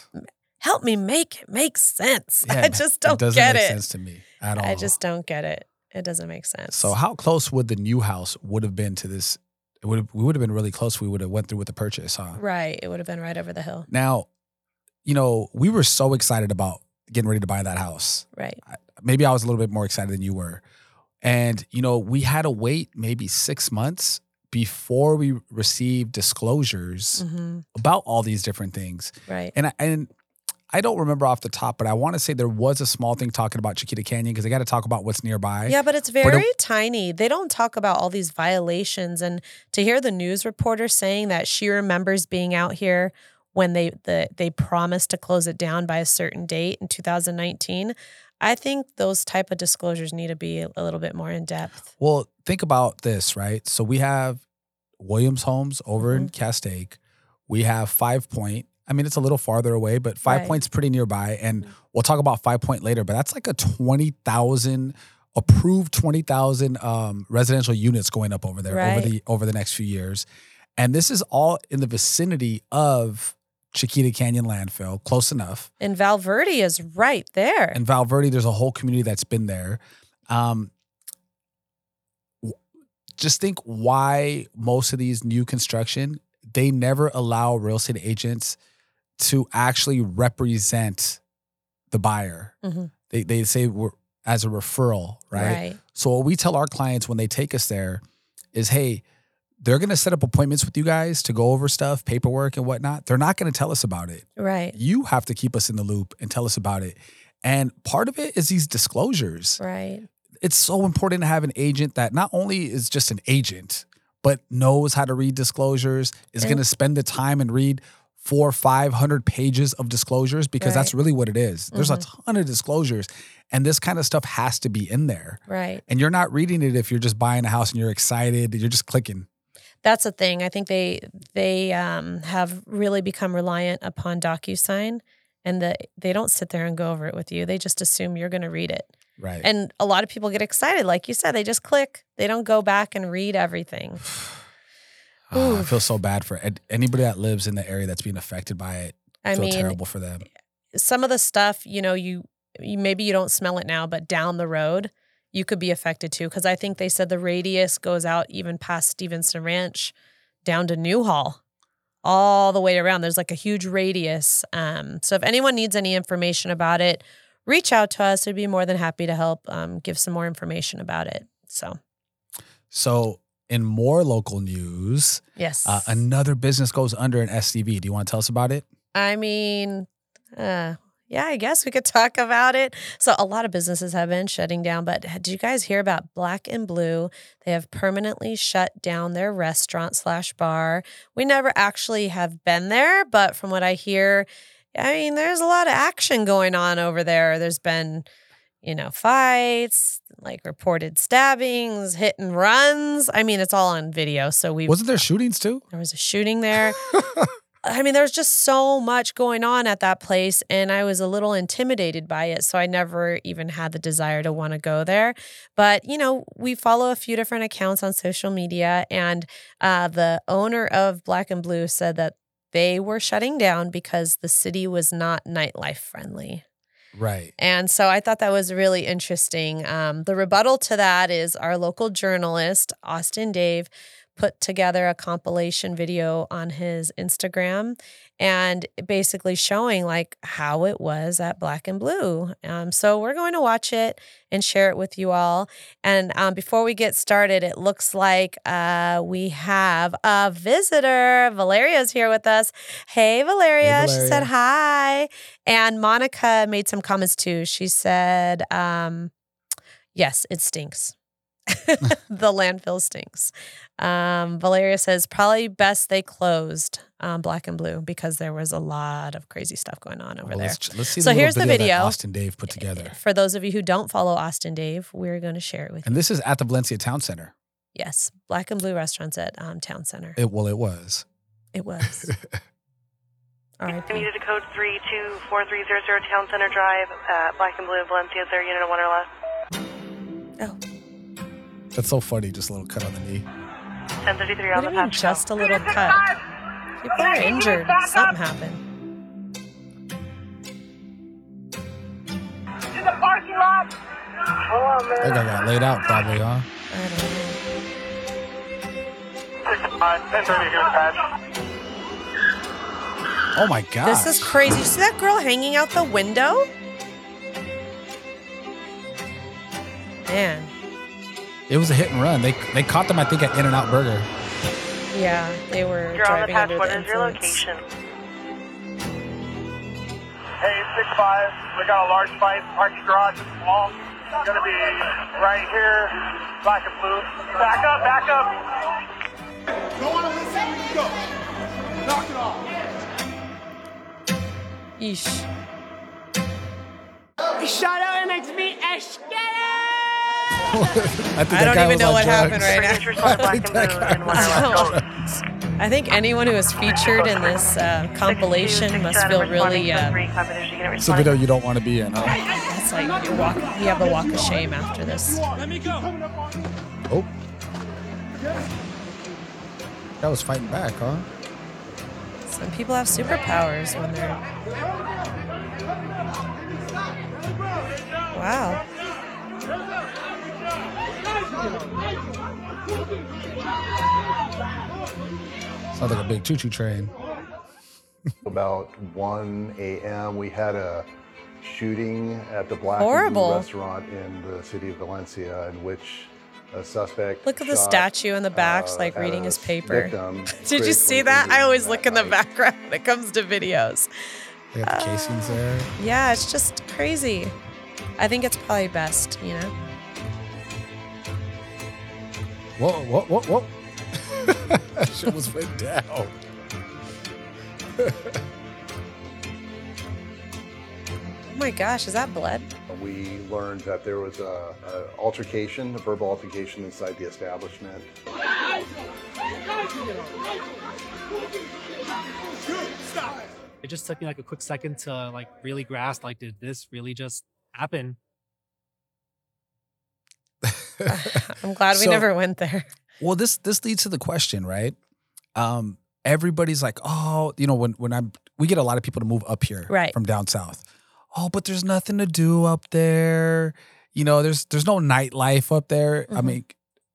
Speaker 2: help me make it make sense.
Speaker 1: Yeah,
Speaker 2: I just don't
Speaker 1: it doesn't
Speaker 2: get
Speaker 1: make
Speaker 2: it.
Speaker 1: sense to me at all.
Speaker 2: I just don't get it. It doesn't make sense.
Speaker 1: So how close would the new house would have been to this? It would have, we would have been really close. We would have went through with the purchase, huh?
Speaker 2: right, it would have been right over the hill,
Speaker 1: Now, you know, we were so excited about getting ready to buy that house.
Speaker 2: right?
Speaker 1: Maybe I was a little bit more excited than you were. And, you know, we had to wait maybe six months before we received disclosures
Speaker 2: hmm
Speaker 1: about all these different things.
Speaker 2: Right.
Speaker 1: And I, and I don't remember off the top, but I want to say there was a small thing talking about Chiquita Canyon because they got to talk about what's nearby.
Speaker 2: Yeah, but it's
Speaker 1: it-
Speaker 2: very tiny. They don't talk about all these violations. And to hear the news reporter saying that she remembers being out here when they the, they promised to close it down by a certain date in 2019, I think those type of disclosures need to be a little bit more in depth.
Speaker 1: Well, think about this, right? So we have Williams Homes over in
Speaker 2: Mm-hmm.
Speaker 1: Castaic. We have Five Point. I mean, it's a little farther away, but Five
Speaker 2: Right. Mm-hmm.
Speaker 1: Point's pretty nearby. And we'll talk about Five Point later, but that's like a 20,000 approved 20,000 um, residential units going up over there
Speaker 2: Right.
Speaker 1: over the over the next few years. And this is all in the vicinity of Chiquita Canyon landfill, close enough.
Speaker 2: And Valverde is right there.
Speaker 1: And Valverde, there's a whole community that's been there. Um, w- just think why most of these new construction they never allow real estate agents to actually represent the buyer.
Speaker 2: Mhm.
Speaker 1: They they say we're as a referral, right? So what we tell our clients when they take us there is, hey, they're gonna set up appointments with you guys to go over stuff, paperwork and whatnot. They're not gonna tell us about it
Speaker 2: Right. Right.
Speaker 1: you have to keep us in the loop and tell us about it. And part of it is these disclosures.
Speaker 2: Right.
Speaker 1: It's so important to have an agent that not only is just an agent, but knows how to read disclosures, is
Speaker 2: And-
Speaker 1: going to spend the time and read four, 500 pages of disclosures because that's really what it is. There's a
Speaker 2: Mm-hmm.
Speaker 1: ton of disclosures, and this kind of stuff has to be in there.
Speaker 2: Right.
Speaker 1: And you're not reading it if you're just buying a house and you're excited, you're just clicking.
Speaker 2: that's the thing. I think they they um, have really become reliant upon DocuSign, and the, they don't sit there and go over it with you. They just assume you're going to read it.
Speaker 1: Right.
Speaker 2: And a lot of people get excited, like you said. They just click. They don't go back and read everything.
Speaker 1: Ah, I feel so bad for and anybody that lives in the area that's being affected by it. I
Speaker 2: I
Speaker 1: feel
Speaker 2: mean,
Speaker 1: terrible for them.
Speaker 2: some of the stuff you know you, you maybe you don't smell it now, but down the road you could be affected too. Because I think they said the radius goes out even past Stevenson Ranch, down to Newhall, all the way around. There's like a huge radius. Um, so if anyone needs any information about it, reach out to us. We'd be more than happy to help um, give some more information about it. So
Speaker 1: So, in more local news,
Speaker 2: yes,
Speaker 1: uh, another business goes under an SCV. Do you want to tell us about it?
Speaker 2: I mean, uh, yeah, I guess we could talk about it. So a lot of businesses have been shutting down, but did you guys hear about Black and Blue? They have permanently shut down their restaurant slash bar. We never actually have been there, but from what I hear, I mean, there's a lot of action going on over there. There's been, you know, fights, like reported stabbings, hit and runs. I mean, it's all on video, so we
Speaker 1: Wasn't there shootings too?
Speaker 2: there was a shooting there. I mean, there's just so much going on at that place, and I was a little intimidated by it. So I never even had the desire to want to go there. But, you know, we follow a few different accounts on social media, and uh, the owner of Black and Blue said that they were shutting down because the city was not nightlife friendly.
Speaker 1: Right.
Speaker 2: And so I thought that was really interesting. Um, the rebuttal to that is our local journalist, Austin Dave, put together a compilation video on his Instagram and basically showing like how it was at Black and Blue. Um, so we're going to watch it and share it with you all. And um, before we get started, it looks like uh, we have a visitor. Valeria's here with us. Hey, Valeria. She said
Speaker 1: Valeria.
Speaker 2: hi. And Monica made some comments too. She said, um, yes, it stinks. the landfill stinks. Um, Valeria says probably best they closed um, Black and Blue because there was a lot of crazy stuff going on over
Speaker 1: Well,
Speaker 2: there.
Speaker 1: let's, ch- let's see
Speaker 2: So
Speaker 1: the little
Speaker 2: here's the
Speaker 1: video,
Speaker 2: video.
Speaker 1: that Austin Dave put together.
Speaker 2: For those of you who don't follow Austin Dave, we're going to share it with you.
Speaker 1: And this is at the Valencia Town Center.
Speaker 2: Yes, Black and Blue restaurants at um, Town Center. It,
Speaker 1: It, well, it was.
Speaker 2: was. All right.
Speaker 7: Commuted to code 324300 Town Center Drive, uh, Black and Blue, Valencia, there, unit of one or less.
Speaker 1: That's so funny. Just a little cut on the knee.
Speaker 7: 1033
Speaker 2: What
Speaker 7: on
Speaker 2: do
Speaker 7: the
Speaker 2: you mean
Speaker 7: path.
Speaker 2: just a little cut? People are injured. Something happened.
Speaker 1: That guy got laid out probably, huh?
Speaker 2: I don't know.
Speaker 1: Oh my god.
Speaker 2: This is crazy. You see that girl hanging out the window? Man,
Speaker 1: It was a hit and run. They they caught them, I think, at In and Out Burger.
Speaker 2: yeah, they were
Speaker 7: You're on the
Speaker 2: driving
Speaker 7: path.
Speaker 2: under
Speaker 7: What
Speaker 2: the
Speaker 7: is your
Speaker 2: influence.
Speaker 7: location?
Speaker 8: Hey, six five. We got a large fight. Parking garage is small. It's gonna be right here. Black and blue. Back up, back up. Don't wanna listen. Let's go. Knock it off.
Speaker 2: Yeesh.
Speaker 1: I, think
Speaker 2: I don't even know what happened right now.
Speaker 7: Signatures on Black and Blue, and one or less. Code
Speaker 2: I think anyone who is featured in this uh, compilation
Speaker 7: 6267
Speaker 2: must feel really.
Speaker 7: responding, code
Speaker 2: Uh,
Speaker 7: three, confidential unit
Speaker 1: It's a video
Speaker 7: responding.
Speaker 1: you don't want to be in, huh?
Speaker 2: it's like you walk. You have the walk of shame after this.
Speaker 8: Let me go. Coming up on me.
Speaker 1: Oh. That was fighting back, huh?
Speaker 2: Some people have superpowers when they're. Wow.
Speaker 1: Sounds like a big choo-choo train.
Speaker 9: About 1 a.m., we had a shooting at the Black and Blue
Speaker 2: Horrible.
Speaker 9: restaurant in the city of Valencia, in which a suspect.
Speaker 2: Look at the
Speaker 9: shot,
Speaker 2: statue in the back,
Speaker 9: uh,
Speaker 2: like
Speaker 9: at
Speaker 2: reading
Speaker 9: a
Speaker 2: his paper.
Speaker 9: victim
Speaker 2: Did you see
Speaker 9: critically
Speaker 2: that? I
Speaker 9: injured
Speaker 2: always
Speaker 9: that
Speaker 2: look in the
Speaker 9: night.
Speaker 2: background when it comes to videos.
Speaker 1: They got the casings there.
Speaker 2: Yeah, it's just crazy. I think it's probably best, you know?
Speaker 1: Whoa, whoa, whoa, whoa. that shit was went down.
Speaker 2: Oh my gosh, is that blood?
Speaker 9: We learned that there was a, a altercation, a verbal altercation inside the establishment.
Speaker 10: it just took me like a quick second to like really grasp like did this really just happen
Speaker 2: I'm glad we
Speaker 1: So-
Speaker 2: never went there.
Speaker 1: Well, this this leads to the question, right? Um, everybody's like, oh, you know, when when I'm we get a lot of people to move up here
Speaker 2: Right.
Speaker 1: from down south. Oh, but there's nothing to do up there. You know, there's there's no nightlife up there. I
Speaker 2: Mhm.
Speaker 1: mean,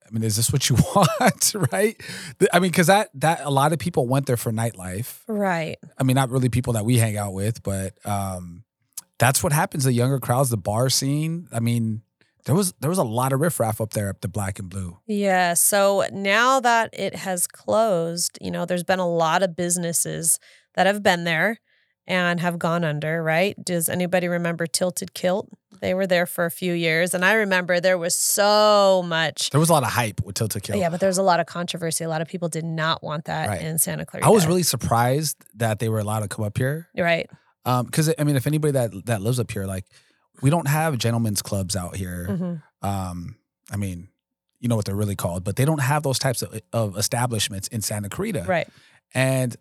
Speaker 1: I mean, is this what you want, right? Th- I mean, because that that a lot of people went there for nightlife.
Speaker 2: Right.
Speaker 1: I mean, not really people that we hang out with, but um, that's what happens. to The younger crowds, the bar scene. I mean, there was there was a lot of riffraff up there, up to black and blue.
Speaker 2: Yeah. So now that it has closed, you know, there's been a lot of businesses that have been there and have gone under, right? Does anybody remember Tilted Kilt? They were there for a few years. And I remember there was so much
Speaker 1: There was a lot of hype with Tilted Kill.
Speaker 2: Oh, Yeah, but there's a lot of controversy. A lot of people did not want that
Speaker 1: Right.
Speaker 2: in Santa Clarita.
Speaker 1: I was really surprised that they were allowed to come up here.
Speaker 2: right.
Speaker 1: Um, because I mean, if anybody that that lives up here, like, we don't have gentlemen's clubs out here.
Speaker 2: hmm
Speaker 1: Um, I mean, you know what they're really called, but they don't have those types of, of establishments in Santa Clarita.
Speaker 2: Right.
Speaker 1: and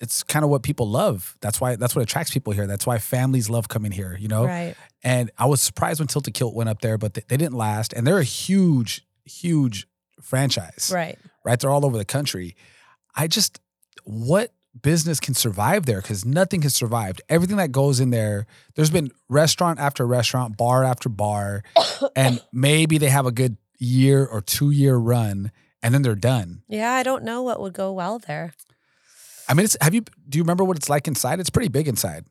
Speaker 1: it's kind of what people love. That's why that's what attracts people here. That's why families love coming here. You know.
Speaker 2: Right.
Speaker 1: And I was surprised when Tilted Kilt went up there, but they, they didn't last. And they're a huge, huge franchise.
Speaker 2: Right.
Speaker 1: right? They're all over the country. I just what business can survive there because nothing has survived. Everything that goes in there, there's been restaurant after restaurant, bar after bar, and maybe they have a good year or two year run and then they're done.
Speaker 2: Yeah, I don't know what would go well there.
Speaker 1: I mean, it's, have you, do you remember what it's like inside? It's pretty big inside.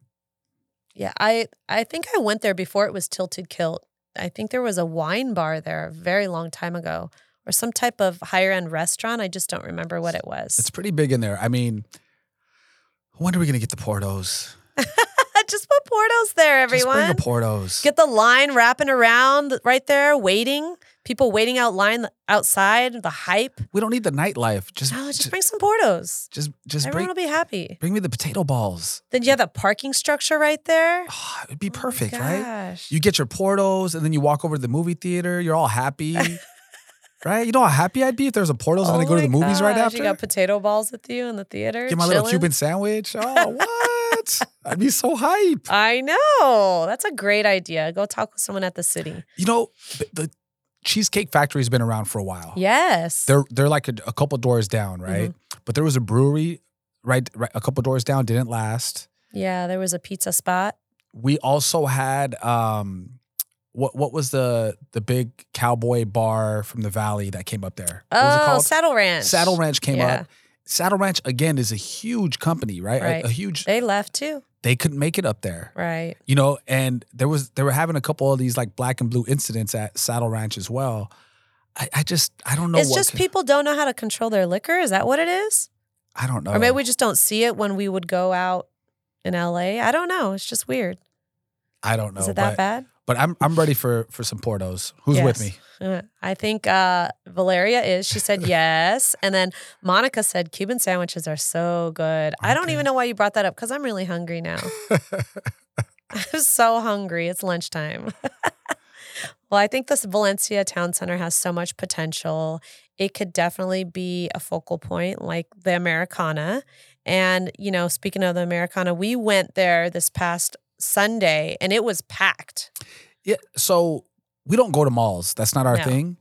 Speaker 2: Yeah, I I think I went there before it was Tilted Kilt. I think there was a wine bar there a very long time ago or some type of higher end restaurant. I just don't remember what it was.
Speaker 1: It's pretty big in there. I mean, when are we going to get the Portos?
Speaker 2: just put Portos there,
Speaker 1: Just
Speaker 2: everyone.
Speaker 1: bring the Portos.
Speaker 2: Get the line wrapping around right there, waiting. People waiting out line outside, the hype.
Speaker 1: we don't need the nightlife. Just,
Speaker 2: No, just
Speaker 1: just,
Speaker 2: bring some Portos.
Speaker 1: just, just
Speaker 2: Everyone
Speaker 1: bring,
Speaker 2: will be happy.
Speaker 1: bring me the potato balls.
Speaker 2: Then you have the parking structure right there.
Speaker 1: Oh, it'd be perfect, right?
Speaker 2: Gosh.
Speaker 1: You get your Portos and then you walk over to the movie theater. You're all happy, right? You know how happy I'd be if there was a Portos and then I go to
Speaker 2: Oh my
Speaker 1: the movies right
Speaker 2: gosh,
Speaker 1: after?
Speaker 2: You got potato balls with you in the theater.
Speaker 1: get my little
Speaker 2: chilling.
Speaker 1: Cuban sandwich. Oh, what? I'd be so hype.
Speaker 2: I know. That's a great idea. Go talk with someone at the city.
Speaker 1: You know, the, the Cheesecake Factory's been around for a while.
Speaker 2: Yes. Mm-hmm.
Speaker 1: They're they're like a, a couple doors down, right? But there was a brewery right, right a couple doors down, didn't last.
Speaker 2: yeah, there was a pizza spot.
Speaker 1: We also had um what what was the the big cowboy bar from the valley that came up there? What was it
Speaker 2: Oh,
Speaker 1: called?
Speaker 2: Saddle Ranch.
Speaker 1: Saddle Ranch came
Speaker 2: Yeah.
Speaker 1: up. Saddle Ranch again is a huge company, right? A-
Speaker 2: Right.
Speaker 1: A, huge.
Speaker 2: They left too.
Speaker 1: They couldn't make it up there,
Speaker 2: Right.
Speaker 1: you know. And there was they were having a couple of these like black and blue incidents at Saddle Ranch as well. I, I just I don't know.
Speaker 2: it's
Speaker 1: what
Speaker 2: just
Speaker 1: could-
Speaker 2: people don't know how to control their liquor. Is that what it is?
Speaker 1: I don't know.
Speaker 2: Or maybe we just don't see it when we would go out in LA. I don't know. It's just weird.
Speaker 1: I don't know.
Speaker 2: is it that
Speaker 1: but,
Speaker 2: bad?
Speaker 1: But I'm I'm ready for for some portos. Who's with
Speaker 2: Yes.
Speaker 1: me?
Speaker 2: Uh, I think uh, Valeria is. She said yes. And then Monica said, Cuban sandwiches are so good. I don't
Speaker 1: Monica.
Speaker 2: even know why you brought that up because I'm really hungry now. I'm so hungry. It's lunchtime. well, I think this Valencia Town Center has so much potential. It could definitely be a focal point like the Americana. And, you know, speaking of the Americana, we went there this past Sunday and it was packed.
Speaker 1: Yeah. So we don't go to malls. That's not our
Speaker 2: No.
Speaker 1: thing.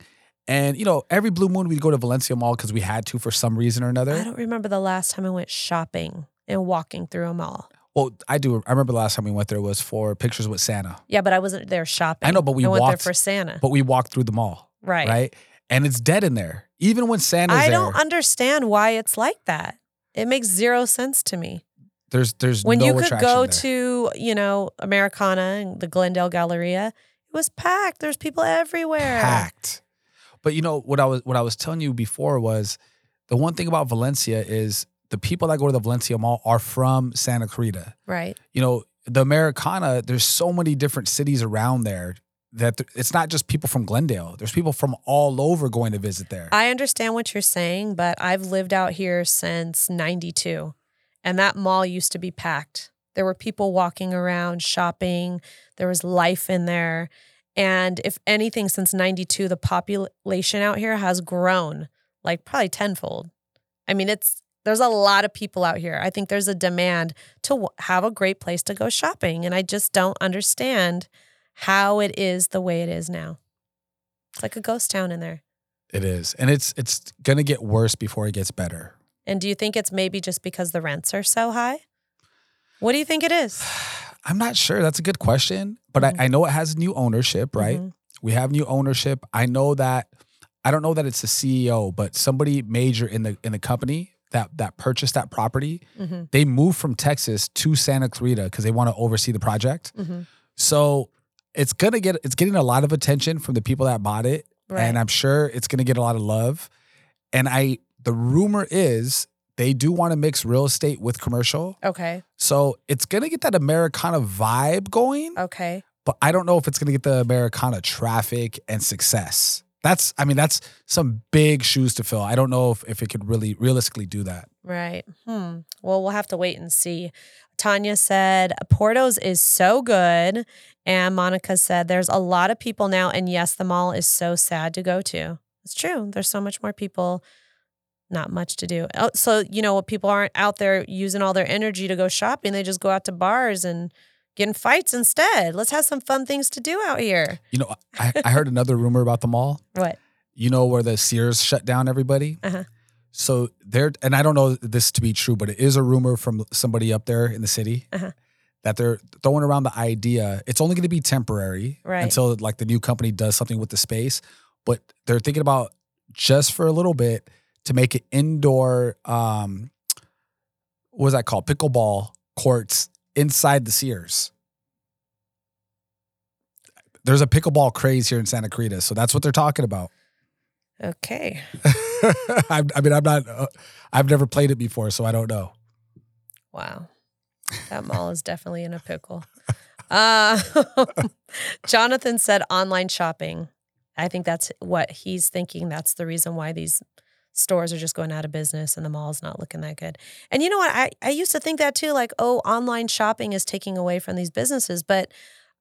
Speaker 1: And you know, every blue moon we'd go to Valencia Mall because we had to for some reason or another.
Speaker 2: I don't remember the last time I went shopping and walking through a mall.
Speaker 1: well, I do. I remember the last time we went there was for pictures with Santa.
Speaker 2: Yeah, but I wasn't there shopping.
Speaker 1: I know, but we
Speaker 2: I went
Speaker 1: walked-
Speaker 2: there for Santa.
Speaker 1: But we walked through the mall,
Speaker 2: right.
Speaker 1: right? And it's dead in there. Even when Santa's
Speaker 2: I
Speaker 1: there,
Speaker 2: don't understand why it's like that. It makes zero sense to me.
Speaker 1: there's there's
Speaker 2: When
Speaker 1: no
Speaker 2: you could
Speaker 1: attraction
Speaker 2: go
Speaker 1: there.
Speaker 2: to, you know, Americana and the Glendale Galleria, it was packed. There's people everywhere.
Speaker 1: packed. But you know what I was what I was telling you before was the one thing about Valencia is the people that go to the Valencia Mall are from Santa Clarita.
Speaker 2: Right.
Speaker 1: you know, the Americana, there's so many different cities around there that th- it's not just people from Glendale. There's people from all over going to visit there.
Speaker 2: I understand what you're saying, but I've lived out here since 92, and that mall used to be packed. There were people walking around, shopping, there was life in there. And if anything, since 92, the population out here has grown like probably tenfold. I mean, it's there's a lot of people out here. I think there's a demand to w- have a great place to go shopping. And I just don't understand how it is the way it is now. It's like a ghost town in there.
Speaker 1: it is. And it's it's going to get worse before it gets better.
Speaker 2: And do you think it's maybe just because the rents are so high? What do you think it is?
Speaker 1: I'm not sure. That's a good question, but
Speaker 2: Mhm.
Speaker 1: I, I know it has new ownership, right?
Speaker 2: Mhm.
Speaker 1: We have new ownership. I know that I don't know that it's the CEO, but somebody major in the in the company that that purchased that property,
Speaker 2: Mhm.
Speaker 1: they moved from Texas to Santa Clarita cuz they want to oversee the project.
Speaker 2: Mhm.
Speaker 1: So it's gonna get it's getting a lot of attention from the people that bought it,
Speaker 2: Right.
Speaker 1: and I'm sure it's gonna get a lot of love. And I the rumor is they do want to mix real estate with commercial,
Speaker 2: okay.
Speaker 1: so it's gonna get that Americana vibe going.
Speaker 2: Okay.
Speaker 1: But I don't know if it's gonna get the Americana traffic and success. That's I mean that's some big shoes to fill. I don't know if if it could really realistically do that.
Speaker 2: Right. Hmm. Well, we'll have to wait and see. Tanya said, Porto's is so good. And Monica said, there's a lot of people now. And yes, the mall is so sad to go to. It's true. There's so much more people, not much to do. Oh, so, you know, people aren't out there using all their energy to go shopping. They just go out to bars and get in fights instead. Let's have some fun things to do out here.
Speaker 1: You know, I, I heard another rumor about the mall.
Speaker 2: What?
Speaker 1: You know where the Sears shut down everybody.
Speaker 2: Uh-huh.
Speaker 1: So there, and I don't know this to be true, but it is a rumor from somebody up there in the city
Speaker 2: Uh-huh.
Speaker 1: that they're throwing around the idea. It's only going to be temporary
Speaker 2: Right.
Speaker 1: until like the new company does something with the space. But they're thinking about just for a little bit to make it indoor. Um, what is that called? Pickleball courts inside the Sears. There's a pickleball craze here in Santa Cruz, so that's what they're talking about.
Speaker 2: Okay.
Speaker 1: I, I mean, I'm not. Uh, I've never played it before, so I don't know.
Speaker 2: Wow. That mall is definitely in a pickle. Uh, Jonathan said online shopping. I think that's what he's thinking. That's the reason why these stores are just going out of business and the mall's not looking that good. And you know what? I, I used to think that too, like, oh, online shopping is taking away from these businesses. But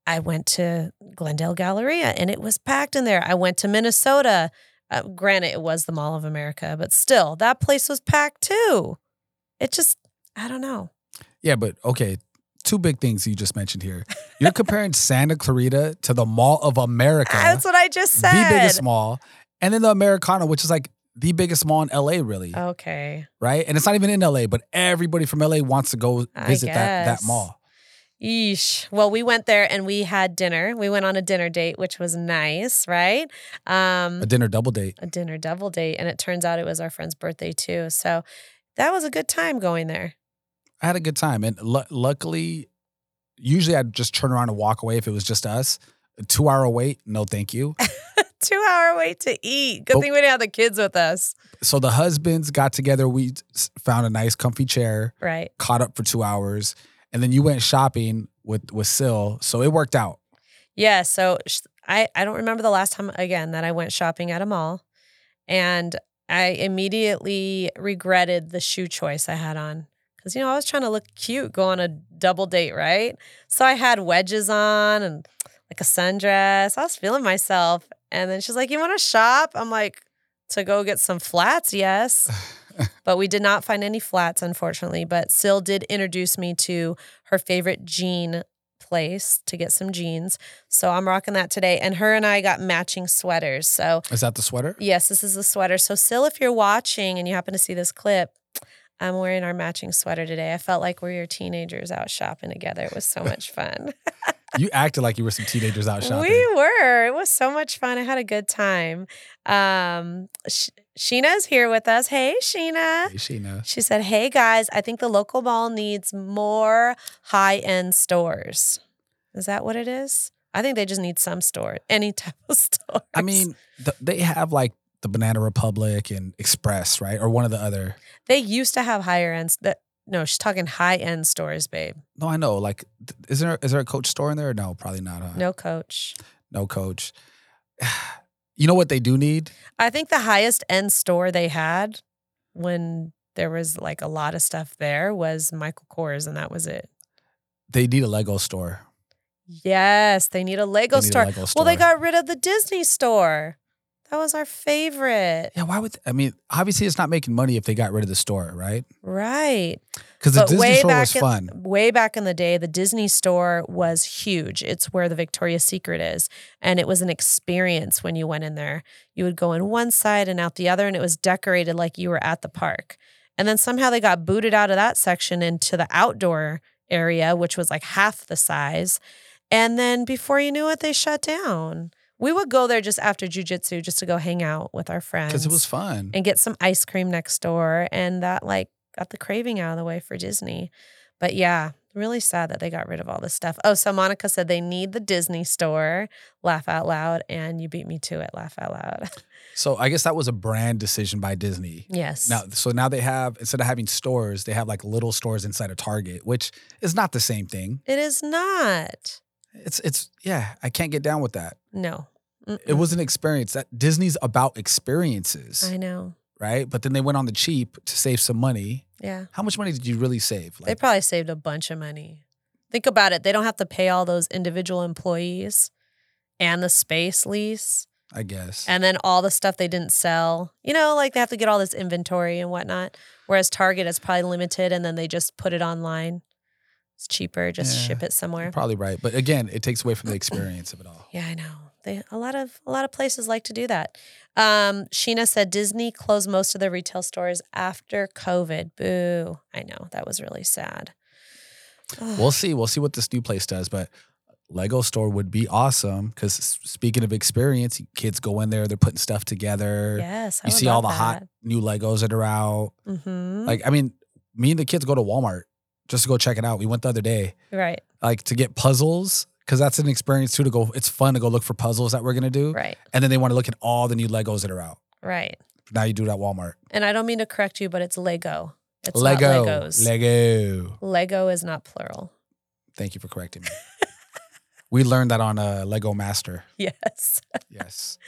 Speaker 2: I went to Glendale Galleria and it was packed in there. I went to Minnesota. Uh, granted, it was the Mall of America, but still, that place was packed too. It just, I don't know.
Speaker 1: Yeah, but okay. Two big things you just mentioned here. You're comparing Santa Clarita to the Mall of America,
Speaker 2: That's what I just said.
Speaker 1: the biggest mall, and then the Americana, which is like the biggest mall in LA, really,
Speaker 2: Oh. Okay.
Speaker 1: right? And it's not even in LA, but everybody from LA wants to go
Speaker 2: I
Speaker 1: visit that that
Speaker 2: guess.
Speaker 1: mall.
Speaker 2: Yeesh. Well, we went there and we had dinner. We went on a dinner date, which was nice, right? Um,
Speaker 1: A dinner double date.
Speaker 2: a dinner double date. And it turns out it was our friend's birthday too. So that was a good time going there.
Speaker 1: I had a good time, and lu luckily, usually I'd just turn around and walk away if it was just us. A two hour wait, no, thank you.
Speaker 2: Two hour wait to eat. Good
Speaker 1: But-
Speaker 2: thing we didn't have the kids with us,
Speaker 1: so the husbands got together. We s- found a nice, comfy chair,
Speaker 2: right?
Speaker 1: caught up for two hours, and then you went shopping with with Sil. So it worked out.
Speaker 2: Yeah. So sh- I, I don't remember the last time, again, that I went shopping at a mall. And I immediately regretted the shoe choice I had on. Cause, you know, I was trying to look cute go on a double date, right? So I had wedges on and like a sundress. I was feeling myself. And then she's like, You want to shop? I'm like, To go get some flats, yes. but we did not find any flats, unfortunately. But Sil did introduce me to her favorite jean place to get some jeans. So I'm rocking that today. And her and I got matching sweaters. So
Speaker 1: Is that the sweater?
Speaker 2: Yes, this is the sweater. So, Sil, if you're watching and you happen to see this clip, I'm wearing our matching sweater today. I felt like we were teenagers out shopping together. It was so much fun.
Speaker 1: You acted like you were some teenagers out shopping.
Speaker 2: We were. It was so much fun. I had a good time. Um, Sh- Sheena's here with us. Hey, Sheena.
Speaker 1: Hey, Sheena.
Speaker 2: She said, Hey guys, I think the local mall needs more high end stores. Is that what it is? I think they just need some store, any type of store.
Speaker 1: I mean, th- they have like the Banana Republic and Express, right? Or one or the other.
Speaker 2: They used to have higher end. That no, she's talking high end stores, babe.
Speaker 1: No, I know. Like, th- is there is there a Coach store in there? No, probably not. Huh?
Speaker 2: No coach.
Speaker 1: no Coach. You know what they do need?
Speaker 2: I think the highest end store they had when there was like a lot of stuff there was Michael Kors, and that was it.
Speaker 1: They need a Lego store.
Speaker 2: Yes, they need a Lego,
Speaker 1: They need a
Speaker 2: store.
Speaker 1: Lego
Speaker 2: Well, they
Speaker 1: store.
Speaker 2: got rid of the Disney store. That was our favorite.
Speaker 1: Yeah, why would I mean? Obviously, it's not making money if they got rid of the store, right?
Speaker 2: Right.
Speaker 1: Because the
Speaker 2: But
Speaker 1: Disney
Speaker 2: way
Speaker 1: store was
Speaker 2: back in-
Speaker 1: fun.
Speaker 2: Way back in the day, the Disney store was huge. It's where the Victoria's Secret is. And it was an experience when you went in there. You would go in one side and out the other, and it was decorated like you were at the park. And then somehow they got booted out of that section into the outdoor area, which was like half the size. And then before you knew it, they shut down. We would go there just after jujitsu just to go hang out with our friends
Speaker 1: Because it was fun.
Speaker 2: and get some ice cream next door and that like got the craving out of the way for disney but yeah really sad that they got rid of all this stuff oh so monica said they need the disney store laugh out loud and you beat me to it laugh out loud
Speaker 1: so I guess that was a brand decision by Disney.
Speaker 2: yes
Speaker 1: Now, so now they have instead of having stores, they have like little stores inside of Target, which is not the same thing.
Speaker 2: it is not
Speaker 1: It's it's yeah, I can't get down with that.
Speaker 2: no
Speaker 1: It
Speaker 2: Mm-mm.
Speaker 1: was an experience. That Disney's about experiences,
Speaker 2: i know
Speaker 1: right? But then they went on the cheap to save some money.
Speaker 2: yeah
Speaker 1: How much money did you really save?
Speaker 2: they probably saved a bunch of money think about it they don't have to pay all those individual employees and the space lease
Speaker 1: I guess.
Speaker 2: and then all the stuff they didn't sell. You know, like they have to get all this inventory and whatnot. Whereas Target is probably limited, and then they just put it online. It's cheaper, just
Speaker 1: Yeah.
Speaker 2: ship it
Speaker 1: You're
Speaker 2: somewhere.
Speaker 1: probably right. But again, it takes away from the experience of it all.
Speaker 2: Yeah, I know. They a lot of a lot of places like to do that. Um, Sheena said Disney closed most of their retail stores after COVID. Boo! I know that was really sad. Ugh.
Speaker 1: We'll see. We'll see what this new place does, but Lego store would be awesome because speaking of experience, kids go in there, they're putting stuff together.
Speaker 2: yes, I
Speaker 1: you
Speaker 2: would
Speaker 1: see all the
Speaker 2: love
Speaker 1: hot new Legos that are out.
Speaker 2: that. Mhm.
Speaker 1: Like, I mean, me and the kids go to Walmart just to go check it out. We went the other day,
Speaker 2: right,
Speaker 1: like to get puzzles because that's an experience too. To go, it's fun to go look for puzzles that we're gonna do,
Speaker 2: right,
Speaker 1: and then they want to look at all the new Legos that are out.
Speaker 2: right.
Speaker 1: Now you do it at Walmart.
Speaker 2: And I don't mean to correct you, but it's Lego. It's
Speaker 1: Lego,
Speaker 2: not Legos.
Speaker 1: Lego.
Speaker 2: Lego is not plural.
Speaker 1: Thank you for correcting me. we learned that on uh, Lego Master.
Speaker 2: Yes.
Speaker 1: Yes.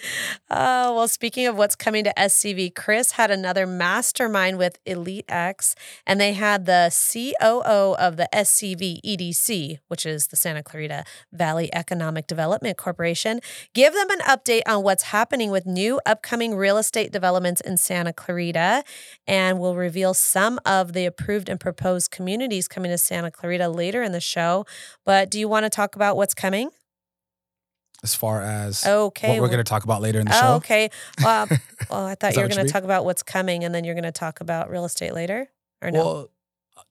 Speaker 2: Oh, well, speaking of what's coming to SCV, Chris had another mastermind with Elite X, and they had the COO of the SCV EDC, E which is the Santa Clarita Valley Economic Development Corporation, give them an update on what's happening with new upcoming real estate developments in Santa Clarita, and we'll reveal some of the approved and proposed communities coming to Santa Clarita later in the show. But do you want to talk about what's coming?
Speaker 1: As far as
Speaker 2: Okay.
Speaker 1: what we're
Speaker 2: well-
Speaker 1: going to talk about later in the
Speaker 2: oh,
Speaker 1: show.
Speaker 2: okay. Well, well, I thought
Speaker 1: Is that what
Speaker 2: you were
Speaker 1: you
Speaker 2: going
Speaker 1: mean?
Speaker 2: to talk about what's coming, and then you're going to talk about real estate later, or no?
Speaker 1: Well,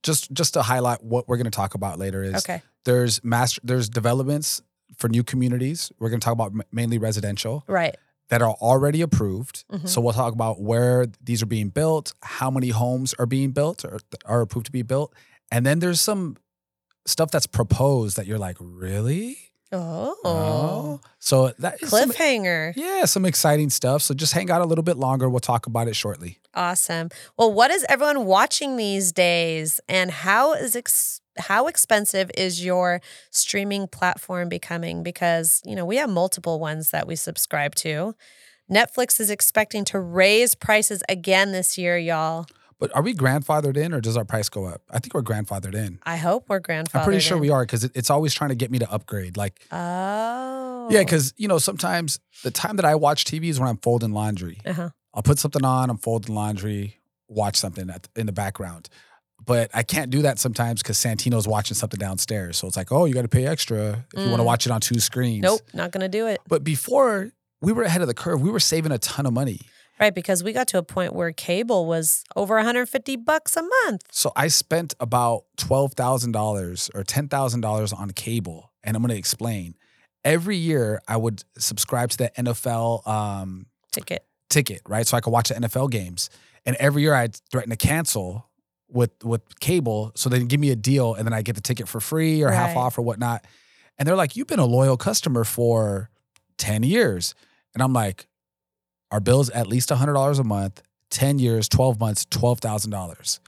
Speaker 1: just just to highlight what we're going to talk about later is
Speaker 2: okay.
Speaker 1: there's master there's developments for new communities. We're going to talk about m- mainly residential
Speaker 2: Right.
Speaker 1: that are already approved.
Speaker 2: Mhm.
Speaker 1: So we'll talk about where these are being built, how many homes are being built or th- are approved to be built, and then there's some stuff that's proposed that you're like, really?
Speaker 2: Oh.
Speaker 1: So that is some-
Speaker 2: Cliffhanger.
Speaker 1: yeah, some exciting stuff. So just hang out a little bit longer. We'll talk about it shortly.
Speaker 2: Awesome. Well, what is everyone watching these days, and how is ex- how expensive is your streaming platform becoming? Because you know we have multiple ones that we subscribe to. Netflix is expecting to raise prices again this year, y'all.
Speaker 1: But are we grandfathered in or does our price go up? I think we're grandfathered in.
Speaker 2: I hope we're grandfathered.
Speaker 1: I'm pretty sure
Speaker 2: in.
Speaker 1: we are because it, it's always trying to get me to upgrade. Like,
Speaker 2: Oh.
Speaker 1: yeah, because, you know, sometimes the time that I watch TV is when I'm folding laundry.
Speaker 2: Uh-huh.
Speaker 1: I'll put something on, I'm folding laundry, watch something at, in the background. But I can't do that sometimes because Santino's watching something downstairs. So it's like, oh, you got to pay extra if you want to
Speaker 2: Mm.
Speaker 1: watch it on two screens.
Speaker 2: Nope, not gonna do it.
Speaker 1: But before, we were ahead of the curve. We were saving a ton of money.
Speaker 2: Right, because we got to a point where cable was over 150 bucks a month.
Speaker 1: So I spent about twelve thousand dollars or ten thousand dollars on cable, and I'm going to explain. Every year, I would subscribe to the NFL um,
Speaker 2: Ticket.
Speaker 1: ticket, right, so I could watch the NFL games. And every year, I'd threaten to cancel with with cable, so they'd give me a deal, and then I get the ticket for free or half
Speaker 2: Right.
Speaker 1: off or whatnot. And they're like, "You've been a loyal customer for ten years," and I'm like, "Our bill's at least hundred dollars a month, ten years, twelve months, twelve thousand dollars."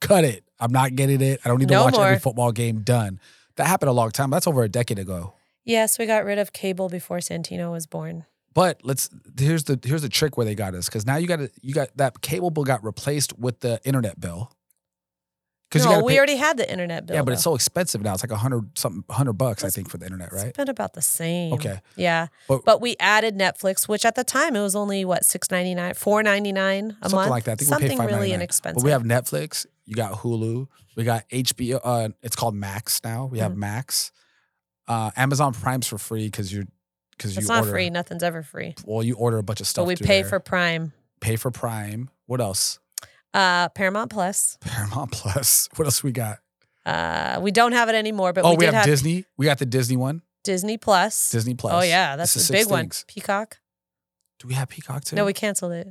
Speaker 1: cut it. I'm not getting it. I don't need
Speaker 2: No
Speaker 1: to watch
Speaker 2: more.
Speaker 1: every football game done. That happened a long time. That's over a decade ago.
Speaker 2: Yes, we got rid of cable before Santino was born.
Speaker 1: But let's here's the here's the trick where they got us because now you got to you got that cable bill got replaced with the internet bill. Because
Speaker 2: No, we already had the internet bill.
Speaker 1: yeah, but it's
Speaker 2: though.
Speaker 1: so expensive now. It's like a hundred something hundred bucks I
Speaker 2: It's-
Speaker 1: think for the internet,
Speaker 2: It's
Speaker 1: right?
Speaker 2: been about the same.
Speaker 1: Okay,
Speaker 2: Yeah,
Speaker 1: But-
Speaker 2: but, we added Netflix, which at the time it was only what six ninety nine, four ninety nine a
Speaker 1: something
Speaker 2: month,
Speaker 1: like that. I think
Speaker 2: something
Speaker 1: we paid
Speaker 2: really
Speaker 1: $5.99.
Speaker 2: inexpensive.
Speaker 1: But we have Netflix. You got Hulu. We got HBO. Uh, it's called Max now. We have
Speaker 2: Mhm.
Speaker 1: Max. Uh, Amazon Prime's for free because you're because you
Speaker 2: it's not
Speaker 1: order.
Speaker 2: free. Nothing's ever free.
Speaker 1: Well, you order a bunch of stuff.
Speaker 2: But we
Speaker 1: through
Speaker 2: pay
Speaker 1: there.
Speaker 2: for Prime,
Speaker 1: pay for Prime. What else?
Speaker 2: uh, Paramount Plus.
Speaker 1: Paramount Plus. What else we got?
Speaker 2: Uh, we don't have it anymore, but
Speaker 1: oh,
Speaker 2: we
Speaker 1: we, have,
Speaker 2: did have,
Speaker 1: Disney. We got the Disney one.
Speaker 2: Disney Plus.
Speaker 1: Disney Plus.
Speaker 2: Oh yeah,
Speaker 1: It's
Speaker 2: that's
Speaker 1: the
Speaker 2: a
Speaker 1: six
Speaker 2: big one.
Speaker 1: things.
Speaker 2: Peacock.
Speaker 1: Do we have Peacock too?
Speaker 2: No, we canceled it.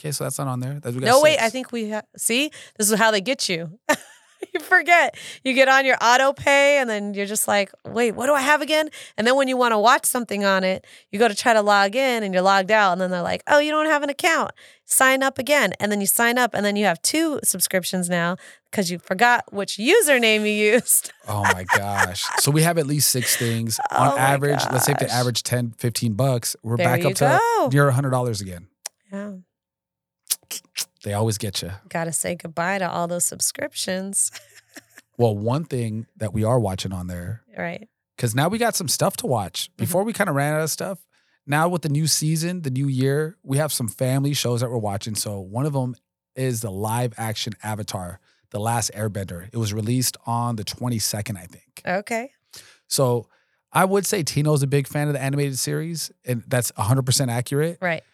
Speaker 1: Okay, so that's not on there. That's, we got
Speaker 2: No, wait.
Speaker 1: six.
Speaker 2: I think we ha- see. This is how they get you. you forget. You get on your auto pay, and then you're just like, wait, what do I have again? And then when you want to watch something on it, you go to try to log in, and you're logged out. And then they're like, oh, you don't have an account. Sign up again, and then you sign up, and then you have two subscriptions now because you forgot which username you used.
Speaker 1: Oh my gosh. So we have at least six things. on
Speaker 2: Oh my
Speaker 1: average, let's say if the
Speaker 2: gosh.
Speaker 1: average 10, 15 bucks, we're
Speaker 2: There
Speaker 1: back
Speaker 2: you
Speaker 1: up to
Speaker 2: go.
Speaker 1: near $100 again.
Speaker 2: Yeah,
Speaker 1: They always get you.
Speaker 2: gotta say goodbye to all those subscriptions,
Speaker 1: Well, one thing that we are watching on there,
Speaker 2: right?
Speaker 1: because now we got some stuff to watch.
Speaker 2: Mm-hmm.
Speaker 1: Before we kind of ran out of stuff, now with the new season, the new year, we have some family shows that we're watching. So one of them is the live action Avatar, The Last Airbender. It was released on the 22nd, I think.
Speaker 2: Okay.
Speaker 1: So I would say Tino's a big fan of the animated series, and that's 100% accurate.
Speaker 2: Right.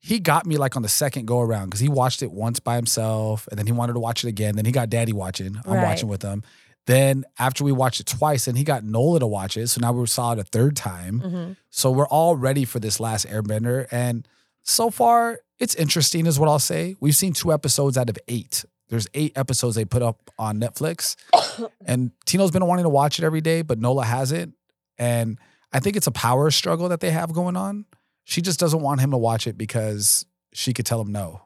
Speaker 1: He got me like on the second go around because he watched it once by himself and then he wanted to watch it again. Then he got daddy watching. I'm
Speaker 2: Right.
Speaker 1: watching with him. Then after we watched it twice, then he got Nola to watch it. So now we saw it a third time.
Speaker 2: Mm-hmm.
Speaker 1: So we're all ready for this last airbender. And so far, it's interesting, is what I'll say. We've seen two episodes out of eight. There's eight episodes they put up on Netflix. and Tino's been wanting to watch it every day, but Nola hasn't. And I think it's a power struggle that they have going on. She just doesn't want him to watch it because she could tell him no.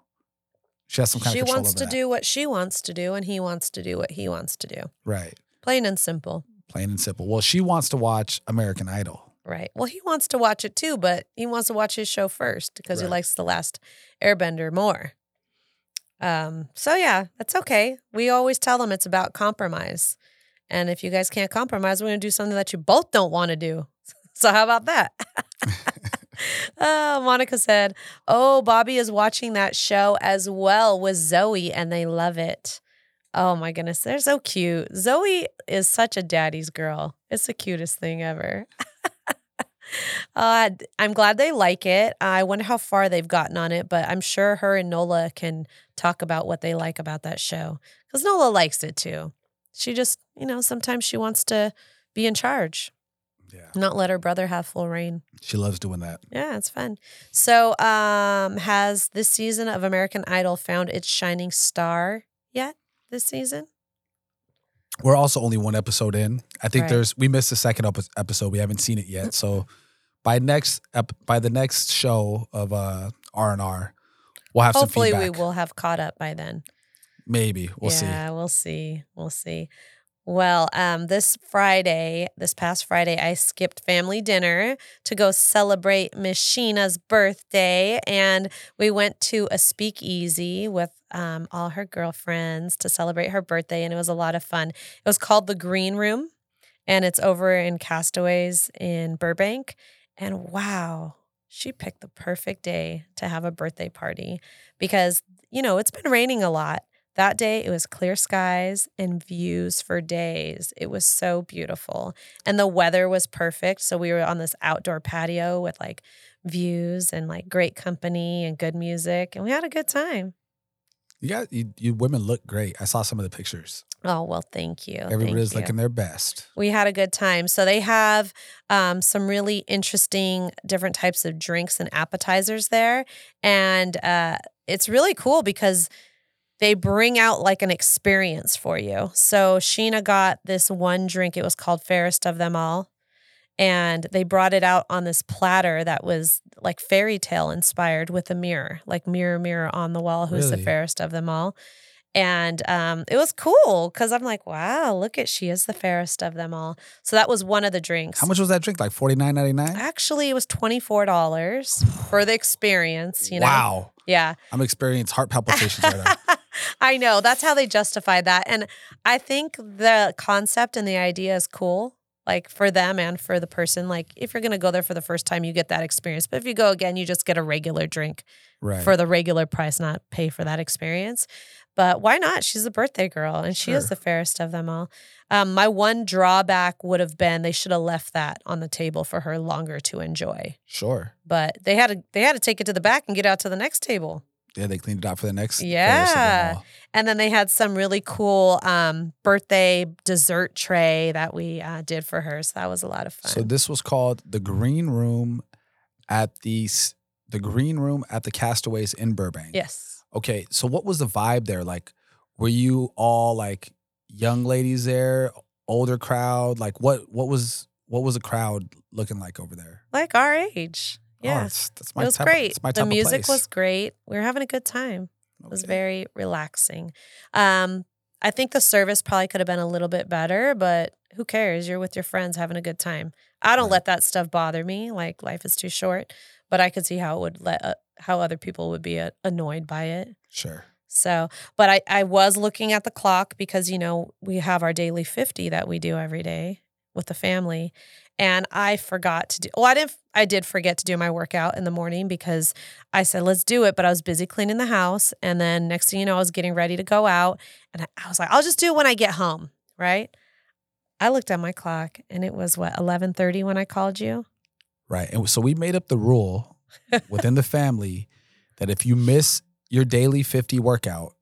Speaker 1: She has some kind
Speaker 2: She
Speaker 1: of control
Speaker 2: wants
Speaker 1: over
Speaker 2: to
Speaker 1: that.
Speaker 2: do what she wants to do, and he wants to do what he wants to do.
Speaker 1: Right.
Speaker 2: Plain and simple.
Speaker 1: Plain and simple. Well, she wants to watch American Idol.
Speaker 2: Right. Well, he wants to watch it too, but he wants to watch his show first because he
Speaker 1: Right.
Speaker 2: likes The Last Airbender more. Um, so yeah, that's okay. We always tell them it's about compromise. And if you guys can't compromise, we're going to do something that you both don't want to do. So how about that? oh, Monica said, "Oh, Bobby is watching that show as well with Zoe and they love it." Oh my goodness, they're so cute. Zoe is such a daddy's girl. It's the cutest thing ever. Uh, d- I'm glad they like it. I wonder how far they've gotten on it, but I'm sure her and Nola can talk about what they like about that show because Nola likes it too. She just, you know, sometimes she wants to be in charge,
Speaker 1: Yeah.
Speaker 2: not let her brother have full reign.
Speaker 1: She loves doing that.
Speaker 2: Yeah, it's fun. So, um, has this season of American Idol found its shining star yet? This season,
Speaker 1: We're also only one episode in. I think
Speaker 2: Right.
Speaker 1: there's we missed the second op- episode. We haven't seen it yet. So by next ep- by the next show of uh R and R, we'll have
Speaker 2: hopefully
Speaker 1: some
Speaker 2: we
Speaker 1: feedback.
Speaker 2: will have caught up by then.
Speaker 1: Maybe we'll see.
Speaker 2: yeah, we'll see. We'll see. Well, um, this Friday, this past Friday, I skipped family dinner to go celebrate Miss Sheena's birthday. And we went to a speakeasy with um, all her girlfriends to celebrate her birthday. And it was a lot of fun. It was called The Green Room, and it's over in Castaways in Burbank. And wow, she picked the perfect day to have a birthday party because, you know, it's been raining a lot. That day, it was clear skies and views for days. It was so beautiful. And the weather was perfect. So we were on this outdoor patio with like views and like great company and good music. And we had a good time.
Speaker 1: You got you, you women look great. I saw some of the pictures.
Speaker 2: Oh, well, thank you. Thank
Speaker 1: Everybody's
Speaker 2: you.
Speaker 1: looking their best.
Speaker 2: We had a good time. So they have um, some really interesting different types of drinks and appetizers there, and uh, it's really cool because they bring out like an experience for you. So Sheena got this one drink. It was called Fairest of Them All. And they brought it out on this platter that was like fairy tale inspired with a mirror, like mirror, mirror on the wall, who's the
Speaker 11: Really?
Speaker 2: fairest of them all? And um, it was cool because I'm like, wow, look at she is the fairest of them all. So that was one of the drinks.
Speaker 1: How much was that drink? Like forty nine ninety nine.
Speaker 2: Actually, it was twenty four dollars for the experience. You know,
Speaker 1: Wow.
Speaker 2: yeah,
Speaker 1: I'm experiencing heart palpitations right now.
Speaker 2: I know. That's how they justify that, and I think the concept and the idea is cool. Like for them and for the person. Like if you're gonna go there for the first time, you get that experience. But if you go again, you just get a regular drink
Speaker 1: Right.
Speaker 2: for the regular price, not pay for that experience. But why not? She's a birthday girl and she is
Speaker 1: Sure.
Speaker 2: the fairest of them all. Um, my one drawback would have been they should have left that on the table for her longer to enjoy.
Speaker 1: Sure.
Speaker 2: But they had to they had to take it to the back and get out to the next table.
Speaker 1: Yeah, they cleaned it out for the next. Ferris of them
Speaker 2: Yeah.
Speaker 1: all.
Speaker 2: And then they had some really cool um, birthday dessert tray that we uh, did for her. So that was a lot of fun.
Speaker 1: So this was called the Green Room at the s- the Green Room at the Castaways in Burbank.
Speaker 2: yes.
Speaker 1: Okay, so what was the vibe there? Like, were you all like young ladies there, older crowd? Like, what what was what was the crowd looking like over there?
Speaker 2: Like our age.
Speaker 1: Oh,
Speaker 2: Yeah.
Speaker 1: that's- that's my
Speaker 2: it was
Speaker 1: type of-
Speaker 2: great.
Speaker 1: that's my type
Speaker 2: the
Speaker 1: of
Speaker 2: music
Speaker 1: place.
Speaker 2: was great. We were having a good time. It was very relaxing. Um, I think the service probably could have been a little bit better, but who cares? You're with your friends having a good time. I don't let that stuff bother me. Like life is too short, but I could see how it would let uh, how other people would be uh, annoyed by it.
Speaker 1: Sure.
Speaker 2: So, but I, I was looking at the clock because, you know, we have our daily 50 that we do every day with the family. And I forgot to do, well, I didn't, I did forget to do my workout in the morning because I said, let's do it. But I was busy cleaning the house. And then next thing you know, I was getting ready to go out. And I, I was like, I'll just do it when I get home. Right. I looked at my clock and it was what 11:30 when I called you.
Speaker 1: Right. And so we made up the rule within the family that if you miss your daily 50 workout,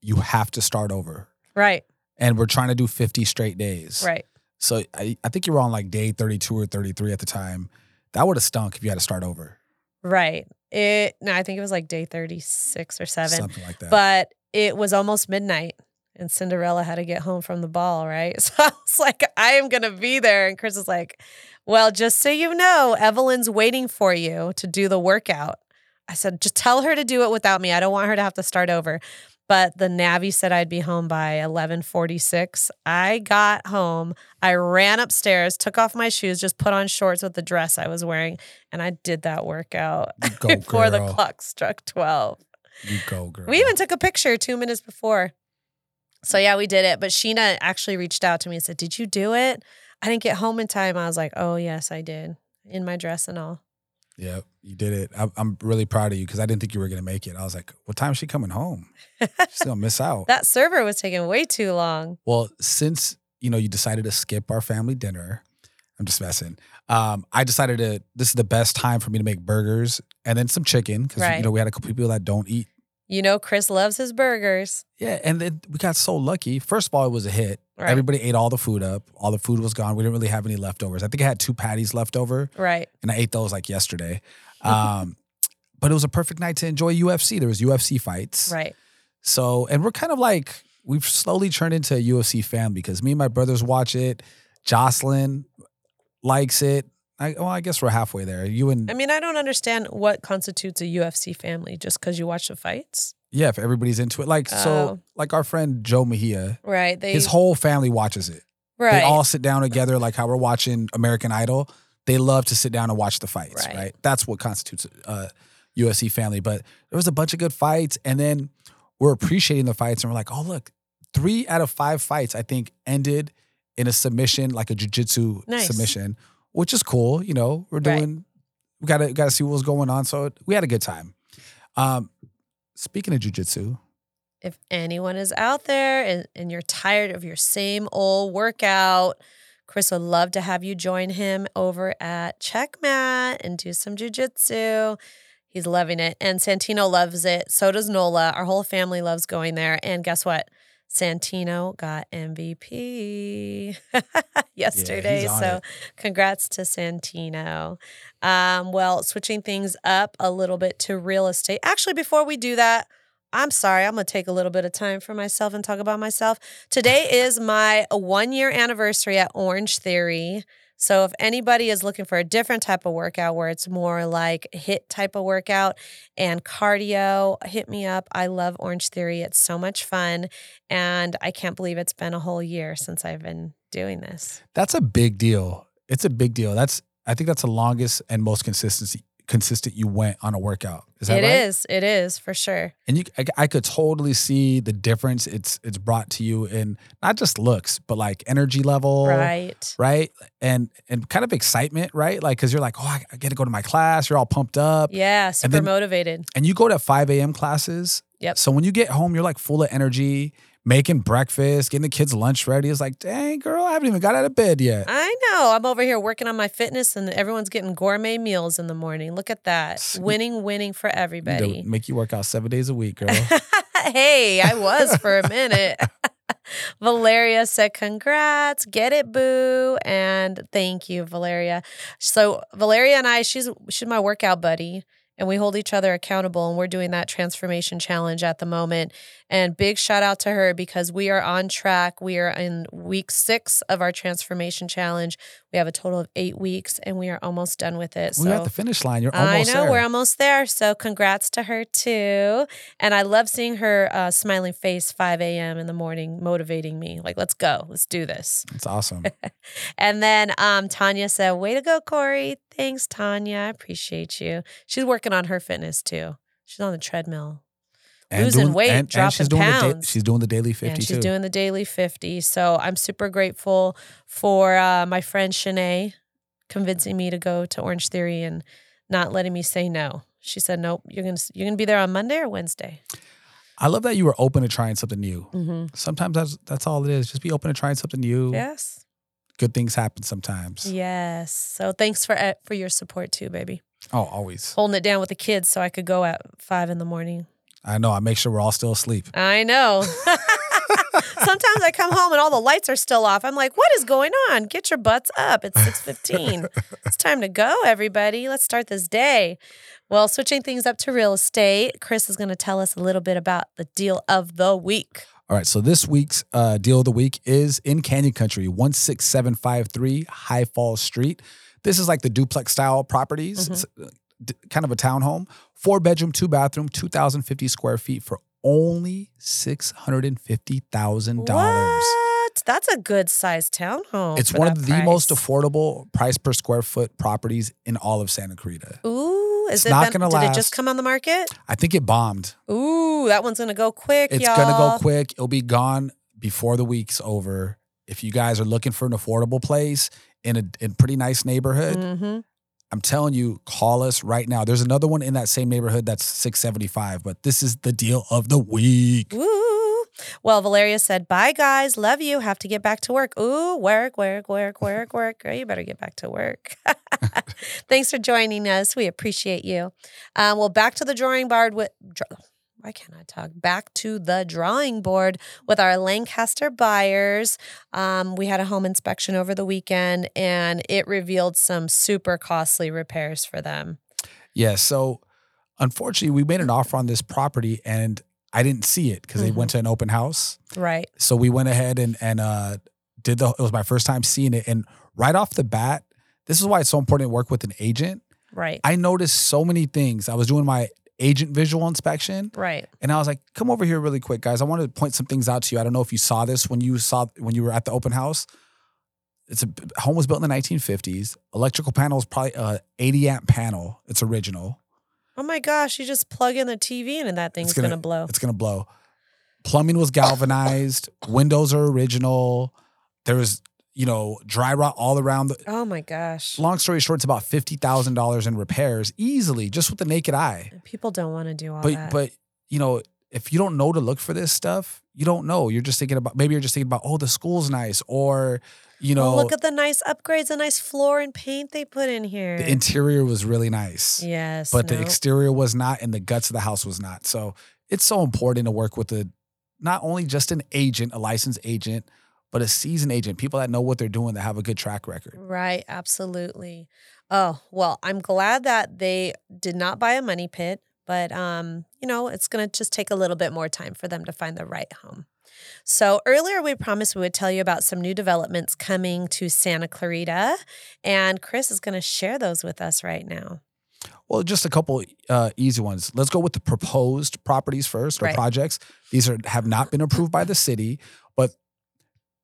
Speaker 1: you have to start over.
Speaker 2: Right.
Speaker 1: And we're trying to do 50 straight days.
Speaker 2: Right.
Speaker 1: So I, I think you were on like day 32 or 33 at the time. That would have stunk if you had to start over.
Speaker 2: Right. It no, I think it was like day 36 or 7.
Speaker 1: Something like that.
Speaker 2: But it was almost midnight and Cinderella had to get home from the ball, right? So I was like, I am going to be there. And Chris is like, Well, just so you know, Evelyn's waiting for you to do the workout. I said, Just tell her to do it without me. I don't want her to have to start over. But the Navi said I'd be home by 11:46. I got home. I ran upstairs, took off my shoes, just put on shorts with the dress I was wearing, and I did that workout
Speaker 1: Go,
Speaker 2: before the
Speaker 1: girl.
Speaker 2: clock struck 12.
Speaker 1: You go, girl.
Speaker 2: We even took a picture two minutes before. So yeah, we did it. But Sheena actually reached out to me and said, "Did you do it? I didn't get home in time." I was like, "Oh yes, I did, in my dress and all."
Speaker 1: yeah, you did it. I, I'm really proud of you because I didn't think you were going to make it. I was like, what time is she coming home? She's going to miss out.
Speaker 2: That server was taking way too long.
Speaker 1: Well, since you know you decided to skip our family dinner, I'm just messing. Um, I decided to this is the best time for me to make burgers and then some chicken because
Speaker 2: Right.
Speaker 1: you know we had a couple people that don't eat.
Speaker 2: You know, Chris loves his burgers.
Speaker 1: Yeah, and then we got so lucky. First of all, it was a hit.
Speaker 2: Right.
Speaker 1: Everybody ate all the food up. All the food was gone. We didn't really have any leftovers. I think I had two patties left over,
Speaker 2: Right.
Speaker 1: and I ate those like yesterday. Um, but it was a perfect night to enjoy UFC. There was UFC fights.
Speaker 2: Right.
Speaker 1: So, and we're kind of like, we've slowly turned into a UFC fan because me and my brothers watch it. Jocelyn likes it. I, well, I guess we're halfway there. You and,
Speaker 2: I mean, I don't understand what constitutes a UFC family just because you watch the fights.
Speaker 1: yeah, if everybody's into it. Like, so,
Speaker 2: Oh.
Speaker 1: like our friend Joe Mejia,
Speaker 2: Right. They
Speaker 1: his whole family watches it.
Speaker 2: right.
Speaker 1: They all sit down together, like how we're watching American Idol. They love to sit down and watch the fights,
Speaker 2: Right.
Speaker 1: right? That's what constitutes a USC family. But there was a bunch of good fights, and then we're appreciating the fights, and we're like, oh look, three out of five fights I think ended in a submission, like a jujitsu
Speaker 2: Nice.
Speaker 1: submission, which is cool. You know, we're
Speaker 2: Right.
Speaker 1: doing. We gotta gotta see what was going on. So we had a good time. Um, speaking of jujitsu,
Speaker 2: if anyone is out there and, and you're tired of your same old workout, Chris would love to have you join him over at Checkmat and do some jujitsu. He's loving it. And Santino loves it. So does Nola. Our whole family loves going there. And guess what? Santino got MVP yesterday.
Speaker 1: on
Speaker 2: so
Speaker 1: it.
Speaker 2: congrats to Santino. Um, well, switching things up a little bit to real estate. Actually, before we do that, I'm sorry, I'm gonna take a little bit of time for myself and talk about myself. Today is my one year anniversary at Orange Theory. So, if anybody is looking for a different type of workout where it's more like HIT type of workout and cardio, hit me up. I love Orange Theory. It's so much fun. And I can't believe it's been a whole year since I've been doing this.
Speaker 1: That's a big deal. It's a big deal. That's I think that's the longest and most consistency consistent you went on a workout. Is that
Speaker 2: It
Speaker 1: right?
Speaker 2: is. It is for sure.
Speaker 1: And you, I, I could totally see the difference it's it's brought to you in not just looks, but like energy level,
Speaker 2: Right.
Speaker 1: right? And and kind of excitement, right? Like because you're like, oh, I, I get to go to my class. You're all pumped up,
Speaker 2: Yeah. Super
Speaker 1: then-
Speaker 2: motivated.
Speaker 1: and you go to 5 a.m. classes.
Speaker 2: Yep.
Speaker 1: So when you get home, you're like full of energy, making breakfast, getting the kids lunch ready. It's like, dang girl, I haven't even got out of bed yet.
Speaker 2: I know. I'm over here working on my fitness, and everyone's getting gourmet meals in the morning. Look at that.
Speaker 1: S-
Speaker 2: Winning, winning for
Speaker 1: Need to
Speaker 2: everybody.
Speaker 1: make you work out seven days a week, girl.
Speaker 2: hey, I was for a minute. Valeria said, Congrats, get it, boo. And thank you, Valeria. So, Valeria and I, she's she's my workout buddy, and we hold each other accountable. And we're doing that transformation challenge at the moment. And big shout out to her because we are on track. We are in week six of our transformation challenge. We have a total of eight weeks, and we are almost done with it.
Speaker 1: We're
Speaker 2: so,
Speaker 1: at the finish line. You're almost
Speaker 2: I know
Speaker 1: there.
Speaker 2: we're almost there. So congrats to her too. And I love seeing her uh, smiling face 5 a.m. in the morning, motivating me. Like, let's go, let's do this.
Speaker 1: It's awesome.
Speaker 2: And then um, Tanya said, "Way to go, Corey! Thanks, Tanya. I appreciate you." She's working on her fitness too. She's on the treadmill. Losing weight,
Speaker 1: and,
Speaker 2: dropping
Speaker 1: and she's doing The da-
Speaker 2: pounds.
Speaker 1: she's doing the daily fifty
Speaker 2: and she's
Speaker 1: too.
Speaker 2: doing the daily 50 so i'm super grateful for uh, my friend shanae convincing me to go to orange theory and not letting me say no she said nope you're gonna you're gonna be there on monday or wednesday
Speaker 1: I love that you were open to trying something new.
Speaker 2: mm-hmm.
Speaker 1: Sometimes that's that's all it is. Just be open to trying something new.
Speaker 2: yes
Speaker 1: good things happen sometimes.
Speaker 2: Yes. So thanks for uh, for your support too, baby.
Speaker 1: Oh, always.
Speaker 2: Holding it down with the kids so I could go at five in the morning.
Speaker 1: I know. I make sure we're all still asleep.
Speaker 2: I know. Sometimes I come home and all the lights are still off. I'm like, what is going on? Get your butts up. It's 6:15. it's time to go, everybody. Let's start this day. Well, switching things up to real estate, Chris is going to tell us a little bit about the deal of the week.
Speaker 1: All right, so this week's uh, deal of the week is in Canyon Country, 16753 High Falls Street. This is like the duplex style properties,
Speaker 2: Mm-hmm.
Speaker 1: It's, uh, d- kind of a townhome, four bedroom, two bathroom, 2,050 square feet for only $650,000.
Speaker 2: What? That's a good sized townhome.
Speaker 1: It's
Speaker 2: for
Speaker 1: one
Speaker 2: that
Speaker 1: of the
Speaker 2: price.
Speaker 1: most affordable price per square foot properties in all of Santa Clarita.
Speaker 2: Ooh, is
Speaker 1: It's
Speaker 2: it
Speaker 1: not
Speaker 2: been-
Speaker 1: gonna
Speaker 2: Did it just
Speaker 1: last.
Speaker 2: come on the market?
Speaker 1: I think it bombed.
Speaker 2: Ooh, that one's gonna go quick.
Speaker 1: It's
Speaker 2: y'all.
Speaker 1: gonna go quick. It'll be gone before the week's over. If you guys are looking for an affordable place in a in pretty nice neighborhood,
Speaker 2: Mhm.
Speaker 1: I'm telling you, call us right now. There's another one in that same neighborhood that's 675, but this is the deal of the week.
Speaker 2: Mm. Ooh. Well, Valeria said, "Bye, guys. Love you. Have to get back to work. Ooh, work, work, work, work, work. Girl, you better get back to work." Thanks for joining us. We appreciate you. Um, well, back to the drawing board with. Dr- why can't I talk? Back to the drawing board with our Lancaster buyers. Um, we had a home inspection over the weekend, and it revealed some super costly repairs for them.
Speaker 1: Yeah. So unfortunately, we made an offer on this property and I didn't see it because they
Speaker 2: Mm-hmm.
Speaker 1: went to an open house.
Speaker 2: Right.
Speaker 1: So we went ahead and and uh did the it was my first time seeing it. And right off the bat, this is why it's so important to work with an agent.
Speaker 2: Right.
Speaker 1: I noticed so many things. I was doing my agent visual inspection
Speaker 2: Right.
Speaker 1: and I was like, come over here really quick, guys. I want to point some things out to you. I don't know if you saw this when you saw when you were at the open house. It's a home was built in the 1950s. Electrical panel is probably a 80 amp panel. It's original.
Speaker 2: Oh my gosh, you just plug in the TV in and that thing's
Speaker 1: gonna-
Speaker 2: gonna, blow.
Speaker 1: It's gonna blow. Plumbing was galvanized. Windows are original. There was, you know, dry rot all around. The,
Speaker 2: Oh my gosh.
Speaker 1: long story short, it's about fifty thousand dollars in repairs easily, just with the naked eye.
Speaker 2: People don't want to do all
Speaker 1: but
Speaker 2: that.
Speaker 1: but you know, if you don't know to look for this stuff, you don't know. You're just thinking about maybe you're just thinking about oh the school's nice or you know
Speaker 2: oh, look at the nice upgrades, the nice floor and paint they put in here.
Speaker 1: the interior was really nice.
Speaker 2: yes,
Speaker 1: but the
Speaker 2: no.
Speaker 1: exterior was not and the guts of the house was not so it's so important to work with a not only just an agent a licensed agent but a seasoned agent people that know what they're doing that have a good track record
Speaker 2: right, absolutely. Oh well, I'm glad that they did not buy a money pit, but um, you know, it's gonna just take a little bit more time for them to find the right home. So earlier we promised we would tell you about some new developments coming to Santa Clarita, and Chris is gonna share those with us right now.
Speaker 1: well just a couple uh, easy ones let's go with the proposed properties first or
Speaker 2: Right.
Speaker 1: projects these are have not been approved by the city but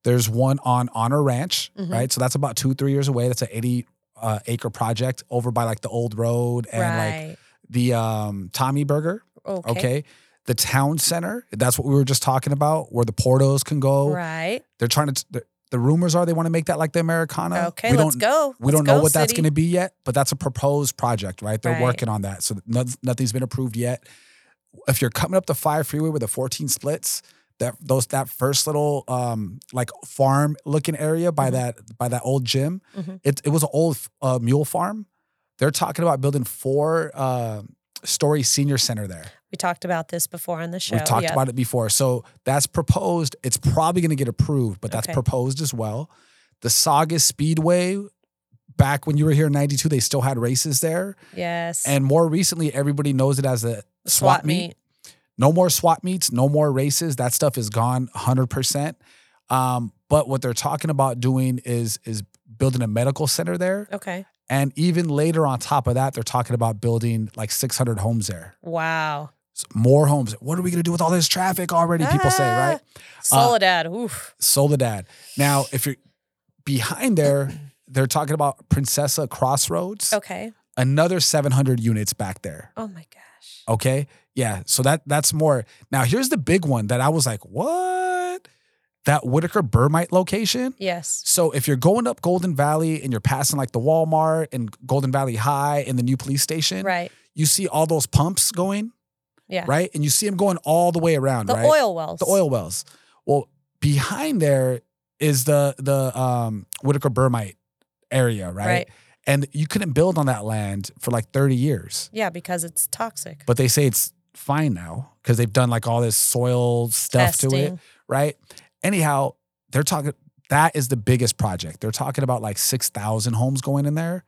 Speaker 1: there's one on honor ranch
Speaker 2: Mhm.
Speaker 1: right so that's about two three years away that's an 80 uh, acre project over by like the old road and like
Speaker 2: right.
Speaker 1: the um, tommy burger
Speaker 2: okay.
Speaker 1: Okay. The town center, that's what we were just talking about, where the Portos can go.
Speaker 2: Right.
Speaker 1: They're trying to, the, the rumors are they want to make that like the Americana.
Speaker 2: Okay,
Speaker 1: we
Speaker 2: let's
Speaker 1: don't,
Speaker 2: go.
Speaker 1: We don't
Speaker 2: Let's
Speaker 1: know
Speaker 2: go,
Speaker 1: what that's
Speaker 2: city.
Speaker 1: going to be yet, but that's a proposed project, right? They're
Speaker 2: Right.
Speaker 1: working on that. So no, nothing's been approved yet. If you're coming up the five freeway with the 14 splits, that those that first little um like farm looking area
Speaker 2: Mm-hmm.
Speaker 1: by that by that old gym,
Speaker 2: Mhm.
Speaker 1: it it was an old uh, mule farm. They're talking about building four uh, story senior center there.
Speaker 2: We talked about this before on the show.
Speaker 1: We've talked
Speaker 2: Yep.
Speaker 1: about it before. So that's proposed. It's probably going to get approved, but that's
Speaker 2: Okay.
Speaker 1: proposed as well. The Saugus Speedway, back when you were here in 92, they still had races there.
Speaker 2: Yes.
Speaker 1: And more recently, everybody knows it as the swap, meet. No more swap meets, no more races. That stuff is gone 100%. Um, but what they're talking about doing is is building a medical center there.
Speaker 2: Okay.
Speaker 1: And even later on top of that, they're talking about building like 600 homes there.
Speaker 2: Wow.
Speaker 1: So more homes. What are we going to do with all this traffic already? People say,
Speaker 2: Ah.
Speaker 1: right?
Speaker 2: Soledad. Oof.
Speaker 1: Soledad. Now, if you're behind there, they're talking about Princessa Crossroads,
Speaker 2: Okay.
Speaker 1: another 700 units back there.
Speaker 2: Oh my gosh.
Speaker 1: Okay. Yeah. So that that's more. Now, here's the big one that I was like, what? That Whitaker Burmite location.
Speaker 2: Yes.
Speaker 1: So if you're going up Golden Valley and you're passing like the Walmart and Golden Valley High and the new police station,
Speaker 2: Right.
Speaker 1: you see all those pumps going,
Speaker 2: Yeah.
Speaker 1: right? And you see them going all the way around,
Speaker 2: The
Speaker 1: right?
Speaker 2: oil wells.
Speaker 1: the oil wells. Well, behind there is the the um Whitaker Burmite area, right?
Speaker 2: Right.
Speaker 1: And you couldn't build on that land for like 30 years.
Speaker 2: Yeah, because it's toxic.
Speaker 1: But they say it's fine now because they've done like all this soil stuff to it,
Speaker 2: Testing.
Speaker 1: right? Anyhow, they're talking that is the biggest project. They're talking about like 6,000 homes going in there,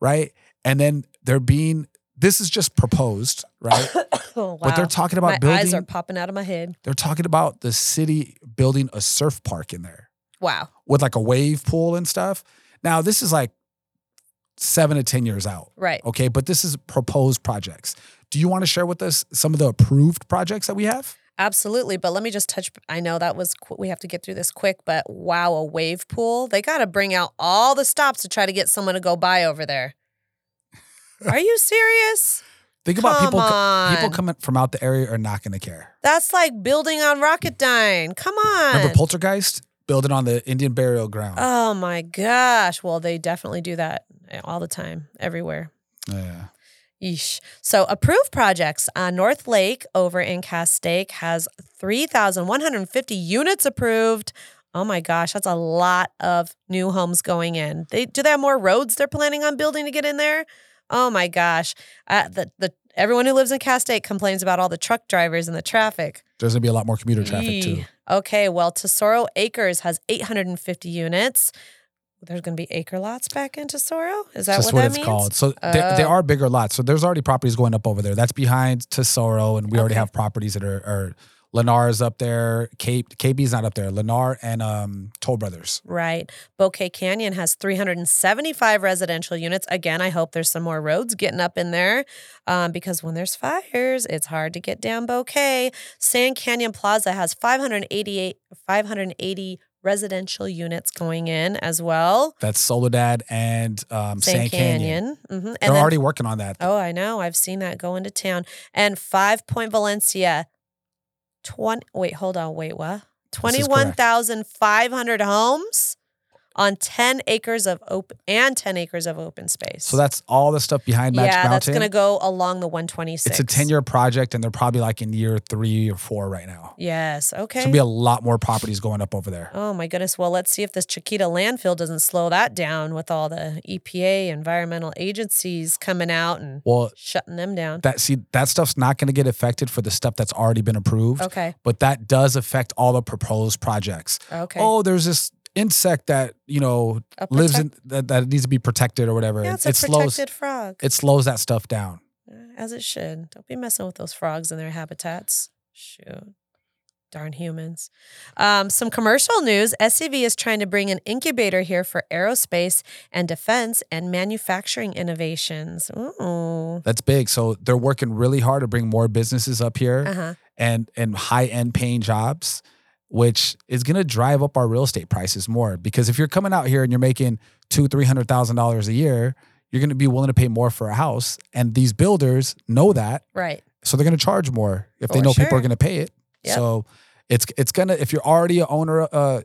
Speaker 1: right? And then they're being this is just proposed, right?
Speaker 2: oh, wow.
Speaker 1: But they're talking about
Speaker 2: my eyes
Speaker 1: building-
Speaker 2: are popping out of my head.
Speaker 1: they're talking about the city building a surf park in there.
Speaker 2: Wow.
Speaker 1: with like a wave pool and stuff. Now, this is like seven to 10 years out.
Speaker 2: Right.
Speaker 1: Okay. But this is proposed projects. Do you want to share with us some of the approved projects that we have?
Speaker 2: Absolutely. But let me just touch. I know that was, qu- we have to get through this quick, but wow, a wave pool. They got to bring out all the stops to try to get someone to go by over there. Are you serious?
Speaker 1: Think about people
Speaker 2: Come
Speaker 1: co- people
Speaker 2: on.
Speaker 1: coming from out the area are not going to care.
Speaker 2: That's like building on Rocketdyne. Come on.
Speaker 1: Remember Poltergeist building on the Indian burial ground.
Speaker 2: oh my gosh. Well, they definitely do that eh, all the time, everywhere.
Speaker 1: yeah.
Speaker 2: Yeesh. So approved projects. Uh, North Lake over in Castaic has 3,150 units approved. Oh my gosh, that's a lot of new homes going in. They do they have more roads they're planning on building to get in there? Oh my gosh. Uh, the the everyone who lives in Castaic complains about all the truck drivers and the traffic.
Speaker 1: There's going to be a lot more commuter traffic too.
Speaker 2: Yee. Okay, well, Tesoro Acres has 850 units. There's going to be acre lots back in Tesoro. Is that
Speaker 1: That's
Speaker 2: what, that
Speaker 1: it's
Speaker 2: means?
Speaker 1: called. So there, there
Speaker 2: Oh.
Speaker 1: are bigger lots. So there's already properties going up over there. That's behind Tesoro, and we already
Speaker 2: Okay.
Speaker 1: have properties that are, are Lennar's up there. Cape KB's not up there. Lennar and um, Toll Brothers.
Speaker 2: Right. Bouquet Canyon has 375 residential units. Again, I hope there's some more roads getting up in there um, because when there's fires, it's hard to get down Bouquet. Sand Canyon Plaza has 588, 580 residential units going in as well.
Speaker 1: That's Soledad and um, Sand Canyon.
Speaker 2: Mhm. And
Speaker 1: They're
Speaker 2: then-
Speaker 1: already working on that.
Speaker 2: Oh, I know. I've seen that go into town. And Five Point Valencia, 20, wait, hold on. Wait, what?
Speaker 1: This is correct.
Speaker 2: 21,500 homes on 10 acres of open and 10 acres of open space.
Speaker 1: So that's all the stuff behind Match
Speaker 2: yeah,
Speaker 1: Mountain.
Speaker 2: that's going to go along the 126.
Speaker 1: it's a ten year project, and they're probably like in year three or four right now.
Speaker 2: Yes. Okay.
Speaker 1: So there'll be a lot more properties going up over there.
Speaker 2: Oh my goodness. Well, let's see if this Chiquita landfill doesn't slow that down with all the EPA environmental agencies coming out and
Speaker 1: Well,
Speaker 2: shutting them down.
Speaker 1: that see that stuff's not going to get affected for the stuff that's already been approved.
Speaker 2: Okay.
Speaker 1: but that does affect all the proposed projects.
Speaker 2: Okay.
Speaker 1: Oh, there's this insect that you know
Speaker 2: A
Speaker 1: lives in that, that needs to be protected or whatever.
Speaker 2: yeah,
Speaker 1: It-
Speaker 2: it's a
Speaker 1: it slows
Speaker 2: protected frog.
Speaker 1: it slows that stuff down.
Speaker 2: Eh, As it should. Don't be messing with those frogs and their habitats. Shoot. Darn humans. Um, some commercial news SCV is trying to bring an incubator here for aerospace and defense and manufacturing innovations. Ooh.
Speaker 1: That's big. So they're working really hard to bring more businesses up here
Speaker 2: Uh huh.
Speaker 1: and and high end paying jobs, which is going to drive up our real estate prices more. Because if you're coming out here and you're making two three hundred thousand dollars a year, you're going to be willing to pay more for a house. And these builders know that,
Speaker 2: Right.
Speaker 1: so they're going to charge more if they
Speaker 2: For
Speaker 1: know people
Speaker 2: sure.
Speaker 1: are going to pay it.
Speaker 2: Yep.
Speaker 1: So it's it's gonna if you're already a owner uh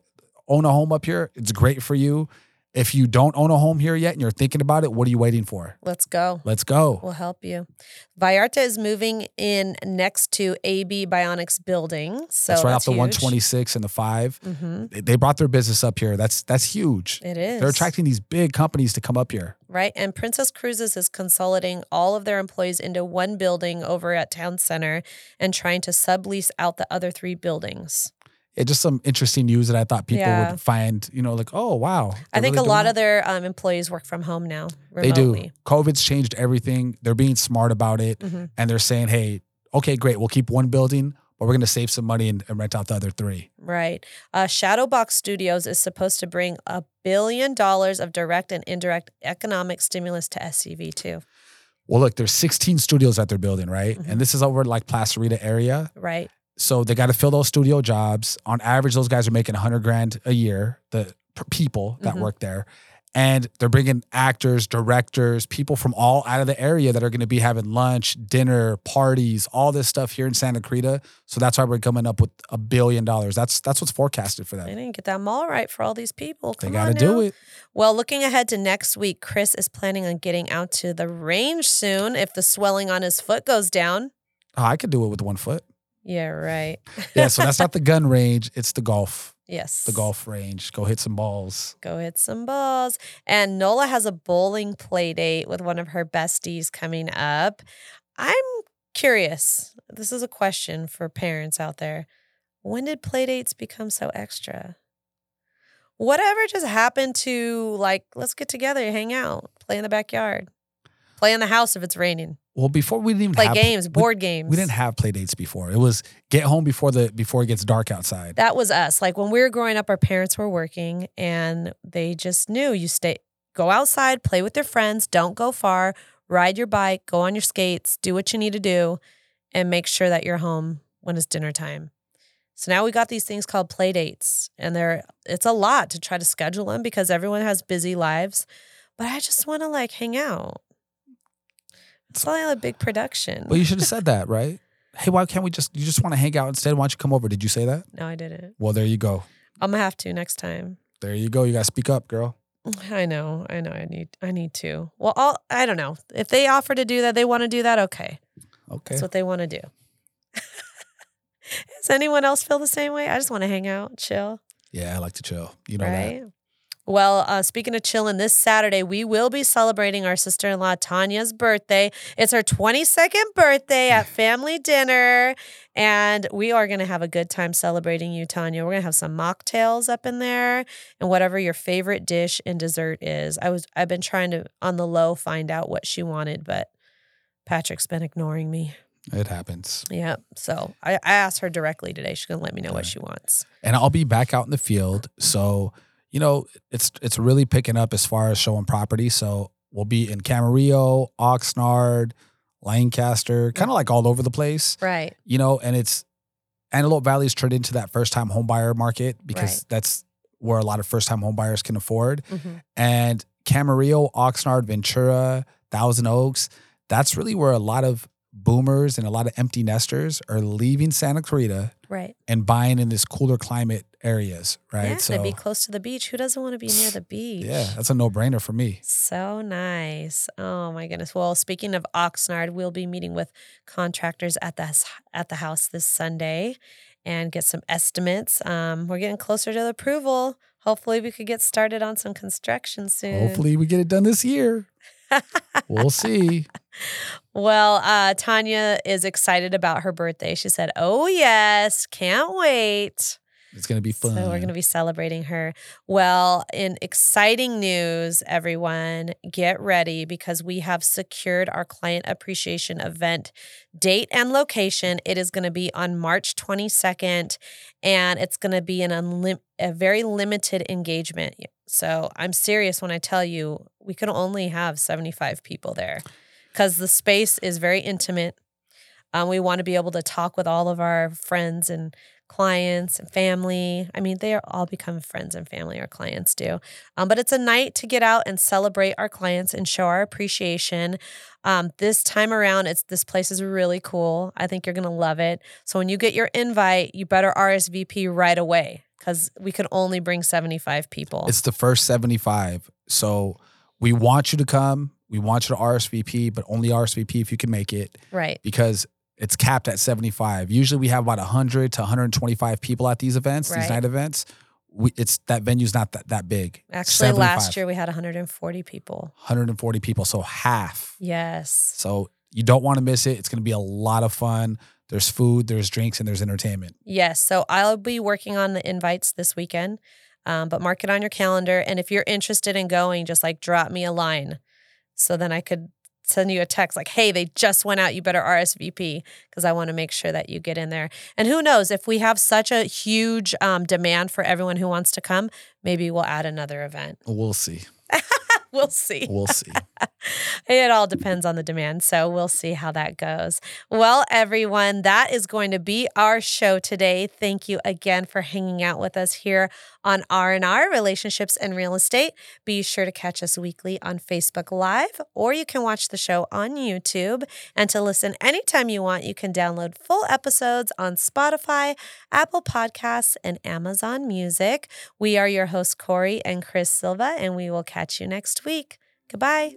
Speaker 1: own a home up here, it's great for you. If you don't own a home here yet and you're thinking about it, what are you waiting for?
Speaker 2: Let's go.
Speaker 1: Let's go.
Speaker 2: We'll help you. Vallarta is moving in next to AB Bionics building. So
Speaker 1: that's right off the
Speaker 2: huge.
Speaker 1: 126 and the 5
Speaker 2: Mhm.
Speaker 1: They- They brought their business up here. That's that's huge.
Speaker 2: It is.
Speaker 1: They're attracting these big companies to come up here.
Speaker 2: right? And Princess Cruises is consolidating all of their employees into one building over at Town Center and trying to sublease out the other three buildings.
Speaker 1: Yeah, just some interesting news that I thought people
Speaker 2: Yeah.
Speaker 1: would find, you know, like, oh wow.
Speaker 2: I
Speaker 1: they're
Speaker 2: think
Speaker 1: really
Speaker 2: a lot
Speaker 1: doing
Speaker 2: of their um, employees work from home now.
Speaker 1: They do.
Speaker 2: Remotely.
Speaker 1: COVID's changed everything. They're being smart about it.
Speaker 2: Mhm.
Speaker 1: And they're saying, hey, okay, great. We'll keep one building, but we're going to save some money and, and rent out the other three.
Speaker 2: Right. Uh, Shadowbox Studios is supposed to bring a billion dollars of direct and indirect economic stimulus to SCV too.
Speaker 1: Well, look, there's 16 studios that they're building, right?
Speaker 2: Mm-hmm.
Speaker 1: And this is over like Placerita area.
Speaker 2: Right.
Speaker 1: So they got to fill those studio jobs. On average, those guys are making 100 grand a year, the p- people that
Speaker 2: Mhm.
Speaker 1: work there. And they're bringing actors, directors, people from all out of the area that are going to be having lunch, dinner, parties, all this stuff here in Santa Cruz. So that's why we're coming up with a billion dollars. That's that's what's forecasted for
Speaker 2: They
Speaker 1: them.
Speaker 2: didn't get that mall right for all these people.
Speaker 1: They
Speaker 2: Come
Speaker 1: got to
Speaker 2: on now.
Speaker 1: do it.
Speaker 2: Well, looking ahead to next week, Chris is planning on getting out to the range soon if the swelling on his foot goes down.
Speaker 1: Oh, I could do it with one foot.
Speaker 2: Yeah, right.
Speaker 1: Yeah. So that's not the gun range; it's the golf.
Speaker 2: Yes.
Speaker 1: the golf range, go hit some balls.
Speaker 2: Go hit some balls. And Nola has a bowling play date with one of her besties coming up. I'm curious. This is a question for parents out there. When did play dates become so extra? Whatever just happened to like, let's get together, hang out, play in the backyard, play in the house if it's raining,
Speaker 1: Well, before we didn't even
Speaker 2: play
Speaker 1: have,
Speaker 2: games,
Speaker 1: we-
Speaker 2: board games.
Speaker 1: We didn't have play dates before. It was get home before the before it gets dark outside.
Speaker 2: That was us. Like when we were growing up, our parents were working and they just knew you stay, go outside, play with your friends, don't go far, ride your bike, go on your skates, do what you need to do, and make sure that you're home when it's dinner time. So now we got these things called play dates, and they're it's a lot to try to schedule them because everyone has busy lives. But I just want to like hang out. It's not like a big production.
Speaker 1: Well, you should have said that, right? Hey, why can't we just? You just want to hang out instead. Why don't you come over? Did you say that?
Speaker 2: no, I didn't.
Speaker 1: Well, there you go.
Speaker 2: I'm gonna have to next time.
Speaker 1: There you go. You gotta speak up, girl.
Speaker 2: I know, I know. I need, I need to. Well, all I don't know if they offer to do that. They want to do that. Okay,
Speaker 1: Okay.
Speaker 2: that's what they want to do. Does anyone else feel the same way? I just want to hang out, chill,
Speaker 1: yeah, I like to chill. You know
Speaker 2: right? Well, uh, speaking of chilling, this Saturday we will be celebrating our sister-in-law Tanya's birthday. It's her 22nd birthday at family dinner, and we are going to have a good time celebrating you, Tanya. We're going to have some mocktails up in there, and whatever your favorite dish and dessert is. I was I've been trying to on the low find out what she wanted, but Patrick's been ignoring me.
Speaker 1: that it happens.
Speaker 2: Yeah, so I, I asked her directly today. She's going to let me know what
Speaker 1: Okay.
Speaker 2: she wants.
Speaker 1: and I'll be back out in the field. So, you know, it's it's really picking up as far as showing property. So we'll be in Camarillo, Oxnard, Lancaster, kind of like all over the place,
Speaker 2: Right.
Speaker 1: you know, and it's Antelope Valley's turned into that first time home buyer market because
Speaker 2: Right.
Speaker 1: that's where a lot of first time home buyers can afford. And Camarillo, Oxnard, Ventura, Thousand Oaks, that's really where a lot of boomers and a lot of empty nesters are leaving Santa Clarita
Speaker 2: Right.
Speaker 1: and buying in this cooler climate areas, right?
Speaker 2: Yeah, to be close to the beach. Who doesn't want to be near the beach?
Speaker 1: yeah, that's a no brainer for me.
Speaker 2: So nice. Oh my goodness. Well, speaking of Oxnard, we'll be meeting with contractors at the s- at the house this Sunday and get some estimates. Um, we're getting closer to the approval. Hopefully we could get started on some construction soon.
Speaker 1: Hopefully, we get it done this year. we'll see.
Speaker 2: Well, uh, Tanya is excited about her birthday. She said, Oh yes, can't wait.
Speaker 1: It's gonna be fun.
Speaker 2: So we're going to be celebrating her. Well, in exciting news, everyone, get ready because we have secured our client appreciation event date and location. It is going to be on March 22nd and it's going to be an unlim- a very limited engagement. So I'm serious when I tell you we can only have 75 people there because the space is very intimate. Um, we want to be able to talk with all of our friends and clients and family. I mean, they are all become friends and family, our clients do. Um, but it's a night to get out and celebrate our clients and show our appreciation. Um, this time around, it's this place is really cool. I think you're gonna love it. So when you get your invite, you better RSVP right away because we can only bring 75 people.
Speaker 1: It's the first seventy-five, so we want you to come. We want you to RSVP, but only RSVP if you can make it
Speaker 2: right.
Speaker 1: because it's capped at seventy-five. Usually, we have about hundred to one hundred and twenty-five people at these events,
Speaker 2: Right.
Speaker 1: these night events. We, it's that venue's not that, that big.
Speaker 2: Actually, last year we had 140 people.
Speaker 1: one hundred and forty people, so half.
Speaker 2: Yes.
Speaker 1: So you don't want to miss it. It's going to be a lot of fun. There's food, there's drinks, and there's entertainment.
Speaker 2: Yes. So I'll be working on the invites this weekend, um, but mark it on your calendar. And if you're interested in going, just like drop me a line. So then I could send you a text like, hey, they just went out. You better RSVP because I want to make sure that you get in there. And who knows if we have such a huge um, demand for everyone who wants to come, maybe we'll add another event.
Speaker 1: We'll see.
Speaker 2: We'll see.
Speaker 1: We'll see.
Speaker 2: It all depends on the demand. So we'll see how that goes. Well, everyone, that is going to be our show today. Thank you again for hanging out with us here on R&R Relationships and Real Estate. Be sure to catch us weekly on Facebook Live or you can watch the show on YouTube and to listen anytime you want, you can download full episodes on Spotify, Apple Podcasts and Amazon Music. We are your hosts Corey and Chris Silva and we will catch you next week. Goodbye.